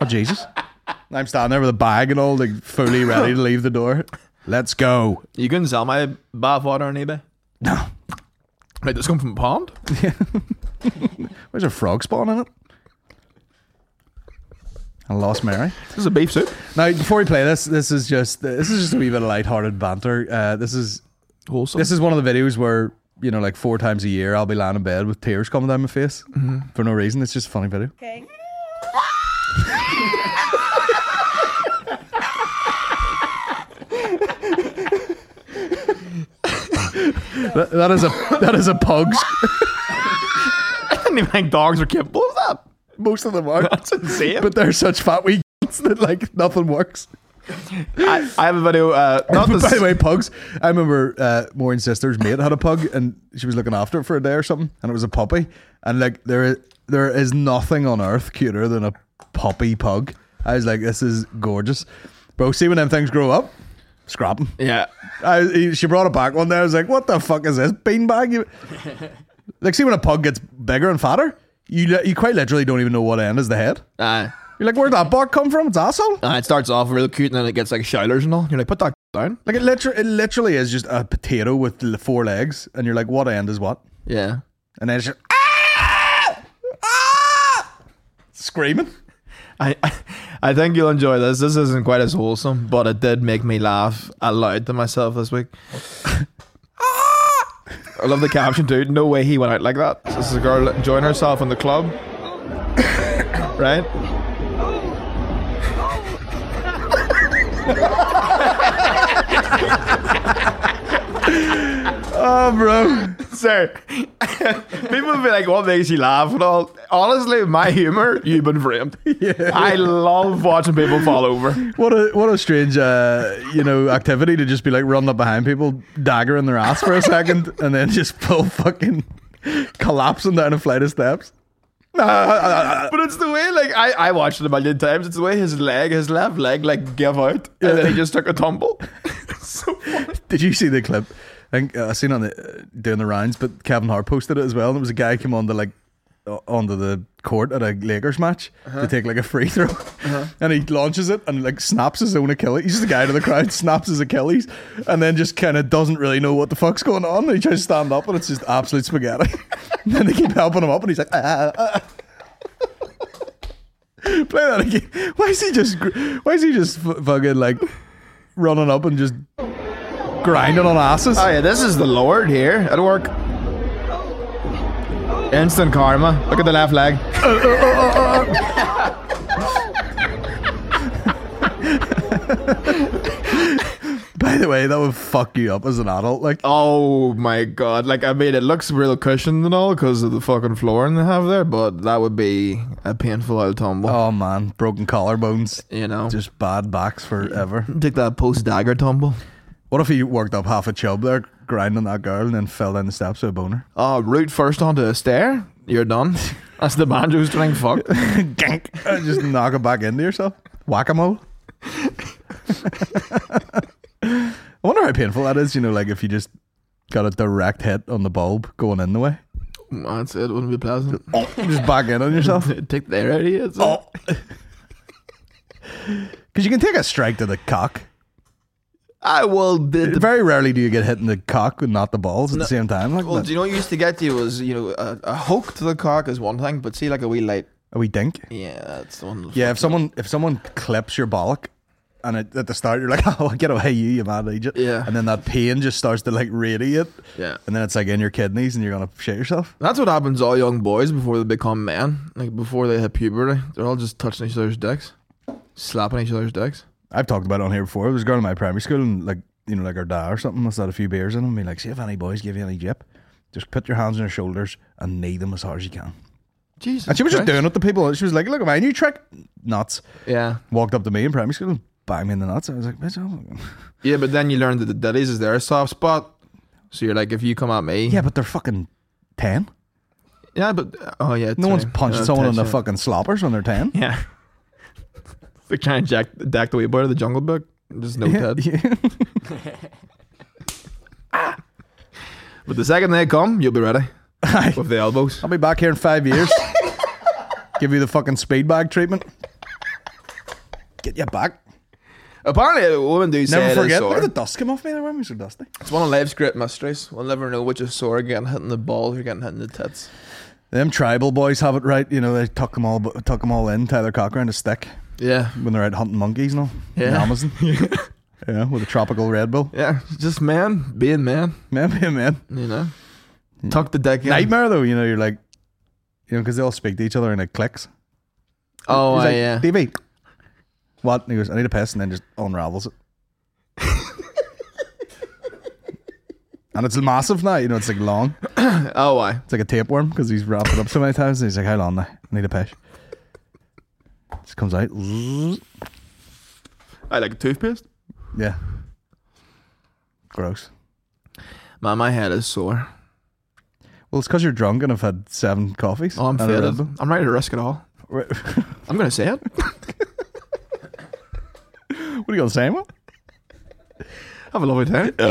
Speaker 2: oh Jesus. And I'm standing there with a bag and all, like fully ready to leave the door. Let's go.
Speaker 4: You can sell my bath water on eBay.
Speaker 2: No.
Speaker 4: Like, does it come from a pond?
Speaker 2: Where's a frog spawn in it? I lost Mary.
Speaker 4: [LAUGHS] This is a beef soup.
Speaker 2: Now, before we play this, this is just this is just a wee bit of lighthearted banter. Uh, this is
Speaker 4: Wholesome.
Speaker 2: This is one of the videos where you know, like four times a year, I'll be lying in bed with tears coming down my face for no reason. It's just a funny video.
Speaker 5: Okay.
Speaker 2: That- that is a that is a pug's.
Speaker 4: [LAUGHS] I didn't even think dogs were capable of that.
Speaker 2: Most of them are,
Speaker 4: That's insane.
Speaker 2: but they're such fat wee [LAUGHS] cunts that like nothing works.
Speaker 4: I, I have a video. Uh, [LAUGHS] not
Speaker 2: But [LAUGHS]
Speaker 4: this,
Speaker 2: by the way, pugs. I remember uh, Maureen's sister's mate had a pug, and she was looking after it for a day or something, and it was a puppy. And like there, there is nothing on earth cuter than a puppy pug. I was like, this is gorgeous. Bro, see when them things grow up? Scrap 'em.
Speaker 4: Yeah.
Speaker 2: I, he- she brought it back one day. I was like, what the fuck is this beanbag? You- like, see when a pug gets bigger and fatter? You, li- you quite literally don't even know what end is the head.
Speaker 4: Uh,
Speaker 2: You're like, where'd that bark come from? It's asshole.
Speaker 4: uh, it starts off real cute and then it gets like showers and all. You're like, put that down.
Speaker 2: Like it literally, it literally is just a potato with l- four legs, and you're like, what end is what?
Speaker 4: Yeah.
Speaker 2: And then it's just "Ah! Ah!" screaming.
Speaker 4: I, I- I think you'll enjoy this. This isn't quite as wholesome, but it did make me laugh aloud to myself this week. I love the caption, dude. No way he went out like that. This is a girl enjoying herself in the club, [COUGHS] right? [LAUGHS]
Speaker 2: Oh, bro.
Speaker 4: Sir, [LAUGHS] people be like, "What makes you laugh?" And all. Honestly, my humor, you've been framed. I love watching people fall over.
Speaker 2: What a what a strange uh, you know activity to just be like running up behind people, dagger in their ass for a second, and then just full fucking collapsing down a flight of steps.
Speaker 4: But it's the way, like, I, I watched it a million times. It's the way his leg, his left leg, like, give out, and then he just took a tumble. [LAUGHS] It's so funny.
Speaker 2: Did you see the clip? I think uh, I seen on the uh, doing the rounds, but Kevin Hart posted it as well. And it was a guy came on the like o- onto the court at a Lakers match to take like a free throw, and he launches it and like snaps his own Achilles. He's just a guy to the crowd, snaps his Achilles, and then just kind of doesn't really know what the fuck's going on. And he tries to stand up, and it's just absolute spaghetti. [LAUGHS] and then they keep helping him up, and he's like, ah. ah, ah." Play that again. Why is he just? gr- Why is he just f- fucking like running up and just grinding on asses.
Speaker 4: Oh yeah, this is the Lord here. It'll work. Instant karma. Look at the left leg.
Speaker 2: By the way, that would fuck you up as an adult. Like,
Speaker 4: Oh my god! Like I mean, it looks real cushioned and all because of the fucking flooring they have there, but that would be a painful old tumble.
Speaker 2: oh man, broken collarbones,
Speaker 4: you know, just
Speaker 2: just bad backs forever.
Speaker 4: take that post dagger tumble.
Speaker 2: What if he worked up half a chub there, grinding that girl, and then fell down the steps with a boner?
Speaker 4: Oh, root first onto a stair. You're [LAUGHS] done. That's the banjo string.
Speaker 2: [LAUGHS]
Speaker 4: Fuck.
Speaker 2: Gank. Uh, just knock it back into yourself. Whack a mole. I wonder how painful that is. You know, like if you just got a direct hit on the bulb going in the way,
Speaker 4: That's it. Wouldn't be pleasant.
Speaker 2: just back in on yourself.
Speaker 4: [LAUGHS] take the air out of you. it's-
Speaker 2: Oh. [LAUGHS] Because you can take a strike to the cock.
Speaker 4: I will. The, the
Speaker 2: Very rarely do you get hit in the cock and not the balls at the same time. Like
Speaker 4: Well,
Speaker 2: that.
Speaker 4: do you know what used to get you was you know a, a hook to the cock is one thing, but see like a wee light.
Speaker 2: Are we dink?
Speaker 4: Yeah, that's the one.
Speaker 2: Yeah, if someone if someone clips your bollock, and it, at the start you're like, [LAUGHS] "Oh, get away, you, you mad idiot!"
Speaker 4: Yeah.
Speaker 2: and then that pain just starts to like radiate.
Speaker 4: Yeah.
Speaker 2: and then it's like in your kidneys, and you're gonna shit yourself.
Speaker 4: That's what happens to all young boys before they become men. Like before they hit puberty, they're all just touching each other's dicks, slapping each other's dicks.
Speaker 2: I've talked about it on here before. There was a girl in my primary school, and like you know, like her dad or something must have had a few beers in him. Be like, "See if any boys give you any jip." Just put your hands on your shoulders and knee them as hard as you can.
Speaker 4: Jesus.
Speaker 2: And she was just
Speaker 4: Christ.
Speaker 2: doing it to people. She was like, "Look at my new trick." Nuts.
Speaker 4: Yeah,
Speaker 2: Walked up to me in primary school and banged me in the nuts. I was like, "Bitch, I'm-"
Speaker 4: yeah, but then you learn that the daddies is their soft spot. So you're like, if you come at me,
Speaker 2: "Yeah, but they're fucking ten.
Speaker 4: yeah, but oh yeah,
Speaker 2: No one's
Speaker 4: sorry.
Speaker 2: punching
Speaker 4: Uh,
Speaker 2: someone in the
Speaker 4: touch, yeah.
Speaker 2: fucking sloppers when they're ten.
Speaker 4: Yeah, [LAUGHS] they're trying to jack, jack the wee boy to the jungle book. Just
Speaker 2: [LAUGHS]
Speaker 4: no Ted. But the second they come, you'll be ready
Speaker 2: Aye.
Speaker 4: with the [LAUGHS] elbows.
Speaker 2: I'll be back here in five
Speaker 4: [LAUGHS]
Speaker 2: years. Give you the fucking speed bag treatment. Get you back.
Speaker 4: Apparently, a woman do say
Speaker 2: Never
Speaker 4: it is
Speaker 2: forget. Look
Speaker 4: sore.
Speaker 2: at the dust come off me. They're wearing me so dusty.
Speaker 4: It's one of life's great mysteries. We'll never know which is sore, getting hit in the balls or getting hit in the tits.
Speaker 2: Them tribal boys have it right. You know they tuck them all, tuck them all in. Tyler Cocker and a stick
Speaker 4: Yeah,
Speaker 2: when they're out hunting monkeys and all. In
Speaker 4: Yeah. [LAUGHS]
Speaker 2: Amazon. yeah, with a tropical Red Bull.
Speaker 4: yeah, just man being man.
Speaker 2: Man, man, man.
Speaker 4: You know, tuck the dick in.
Speaker 2: Nightmare though. You know you're like, you know because they all speak to each other in like clicks.
Speaker 4: Oh
Speaker 2: He's
Speaker 4: aye,
Speaker 2: like,
Speaker 4: yeah.
Speaker 2: DB. What? And he goes, I need a piss, and then just
Speaker 4: [LAUGHS]
Speaker 2: unravels it. and it's massive now, you know, it's like long.
Speaker 4: Oh aye.
Speaker 2: It's like a tapeworm because he's wrapped it up so many times. And he's like, how long now? I need a piss. Just comes out. [LAUGHS] Zzz.
Speaker 4: I like toothpaste.
Speaker 2: Yeah. Gross.
Speaker 4: Man, my head is sore.
Speaker 2: Well, it's because you're drunk and I've had seven coffees.
Speaker 4: Oh, I'm
Speaker 2: and a Red
Speaker 4: faded.
Speaker 2: Bull. [LAUGHS]
Speaker 4: I'm ready to risk it all.
Speaker 2: Right.
Speaker 4: I'm gonna say it.
Speaker 2: What are you on the same one?
Speaker 4: [LAUGHS] Have a lovely time.
Speaker 2: Do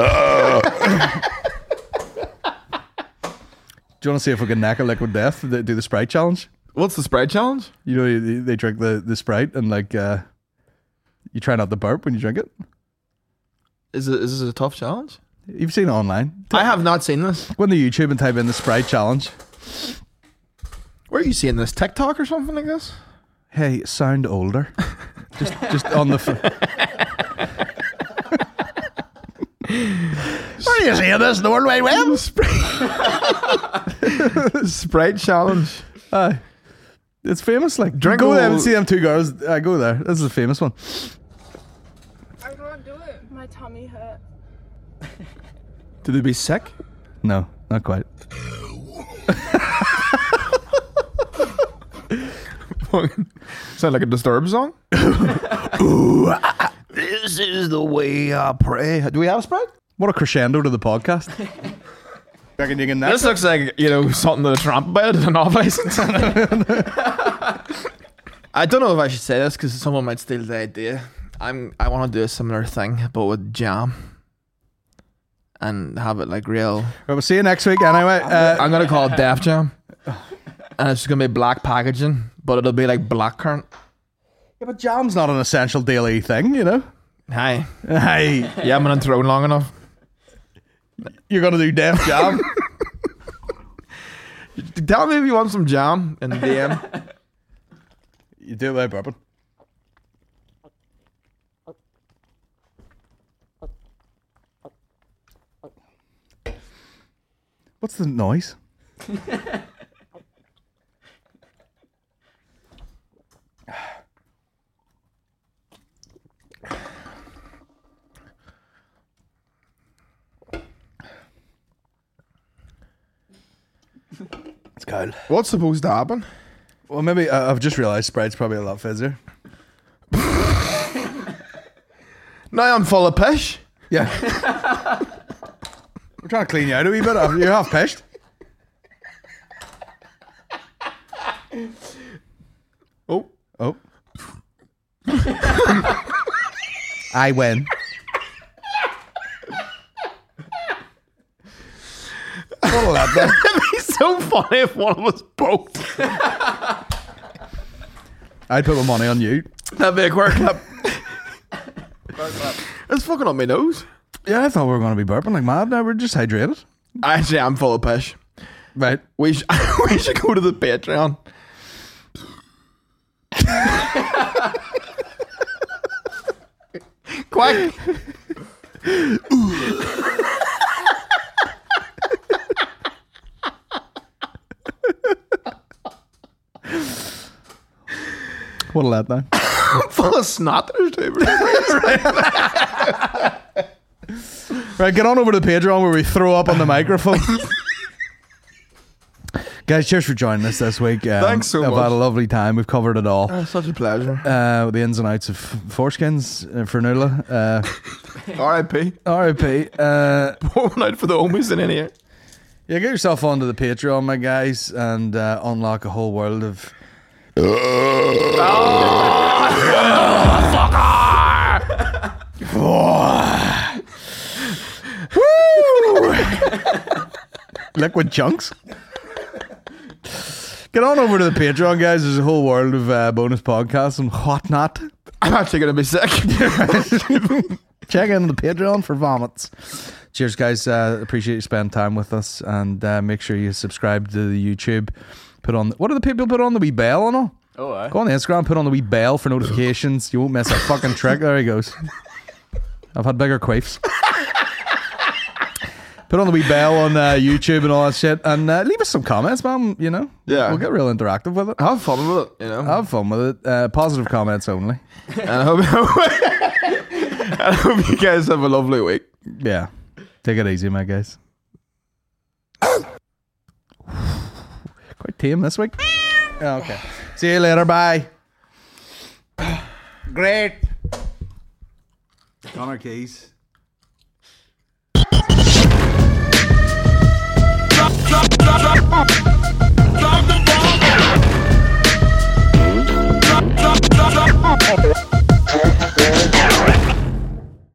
Speaker 2: you want to see if we can knack a liquid death? They do the Sprite challenge.
Speaker 5: What's the Sprite challenge?
Speaker 2: You know, you- they drink the, the Sprite and like uh, you try not to burp when you drink it.
Speaker 5: Is it is this a tough challenge?
Speaker 2: You've seen it online.
Speaker 4: I have not seen this.
Speaker 2: Go on to YouTube and type in the Sprite challenge.
Speaker 4: Where are you seeing this? TikTok or something like this?
Speaker 2: Hey, sound
Speaker 4: [LAUGHS]
Speaker 2: older. just just on the. F- Where do you see this? The World Wide Web.
Speaker 4: [LAUGHS] Sprite challenge.
Speaker 2: Aye. It's famous. Like
Speaker 4: Drink
Speaker 2: go
Speaker 4: a
Speaker 2: there and
Speaker 4: little-
Speaker 2: see them two girls. I go there. This is a famous one.
Speaker 6: I can't do it. My tummy hurt.
Speaker 4: Did they be [LAUGHS] sick?
Speaker 2: No, not quite.
Speaker 4: Sound like a disturbed [LAUGHS] song? ah, this is the way I pray. Do we have a Sprite?
Speaker 2: What a crescendo to the
Speaker 4: [LAUGHS]
Speaker 2: podcast. Reckon you can
Speaker 4: This looks like, you know, something that a Trump bed and an off license. [LAUGHS] I don't know if I should say this because someone might steal the idea. I'm I want to do a similar thing, but with jam. And have it like real.
Speaker 2: Right, we'll see you next week anyway. Uh,
Speaker 4: I'm gonna call it Def Jam, and it's gonna be black packaging, but it'll be like black currant.
Speaker 2: yeah, but jam's not an essential daily thing, you know. [LAUGHS]
Speaker 4: Hi,
Speaker 2: Hey,
Speaker 4: yeah, I'm gonna throw long enough.
Speaker 2: you're gonna do deaf jam.
Speaker 4: [LAUGHS] Tell me if you want some jam in the DM.
Speaker 2: you do it by burping. What's the noise? It's cold.
Speaker 4: What's supposed to happen?
Speaker 2: Well, maybe uh, I've just realised Sprite's probably a lot fizzier.
Speaker 4: Now I'm full of pish. [LAUGHS]
Speaker 2: Yeah. We're trying to clean you out a wee bit. You're half pissed.
Speaker 4: Oh,
Speaker 2: Oh. [LAUGHS] I win. What'll that do?
Speaker 4: it's so funny if one of us both.
Speaker 2: I'd put my money on you.
Speaker 4: That'd be a quirk clip. It's fucking on my nose.
Speaker 2: Yeah, I thought we were going to be burping like mad. Now we're just hydrated.
Speaker 4: Actually, I'm full of pish.
Speaker 2: Right.
Speaker 4: We sh- [LAUGHS] we should go to the Patreon. Quack.
Speaker 2: What'll that do?
Speaker 4: full of snot there's
Speaker 2: Right, get on over to the Patreon where we throw up on the microphone. [LAUGHS] Guys, cheers for joining us this week. Um,
Speaker 4: Thanks so
Speaker 2: I've
Speaker 4: much.
Speaker 2: had a lovely time. We've covered it all.
Speaker 4: Such a pleasure.
Speaker 2: Uh, the ins and outs of foreskins uh, for Nula.
Speaker 4: R.I.P.
Speaker 2: Uh, RIP. Uh,
Speaker 4: Pour one out for the homies in here.
Speaker 2: yeah, get yourself onto the Patreon, my guys, and uh, unlock a whole world of. [LAUGHS] liquid chunks. Get on over to the Patreon, guys. There's a whole world of uh, bonus podcasts and whatnot.
Speaker 4: I'm actually gonna be sick. [LAUGHS]
Speaker 2: Check in the Patreon for vomits. Cheers, guys. Uh, appreciate you spending time with us, and uh, make sure you subscribe to the YouTube. Put on what do the people put on the wee bell and all?
Speaker 1: Oh, aye.
Speaker 2: Go on the Instagram, put on the wee bell for notifications. You won't miss a fucking trick. There he goes. I've had bigger quaffs. Put on the wee bell on uh, YouTube and all that shit, and uh, leave us some comments, man. You know,
Speaker 4: Yeah.
Speaker 2: we'll get real interactive with it.
Speaker 4: Have fun with it, you know.
Speaker 2: Have fun with it. Uh, positive comments only.
Speaker 4: And I hope, [LAUGHS] I hope you guys have a lovely week.
Speaker 2: Yeah. Take it easy, my guys. Quite tame this week. Yeah, Okay. See you later. Bye. Great. Connor Keys.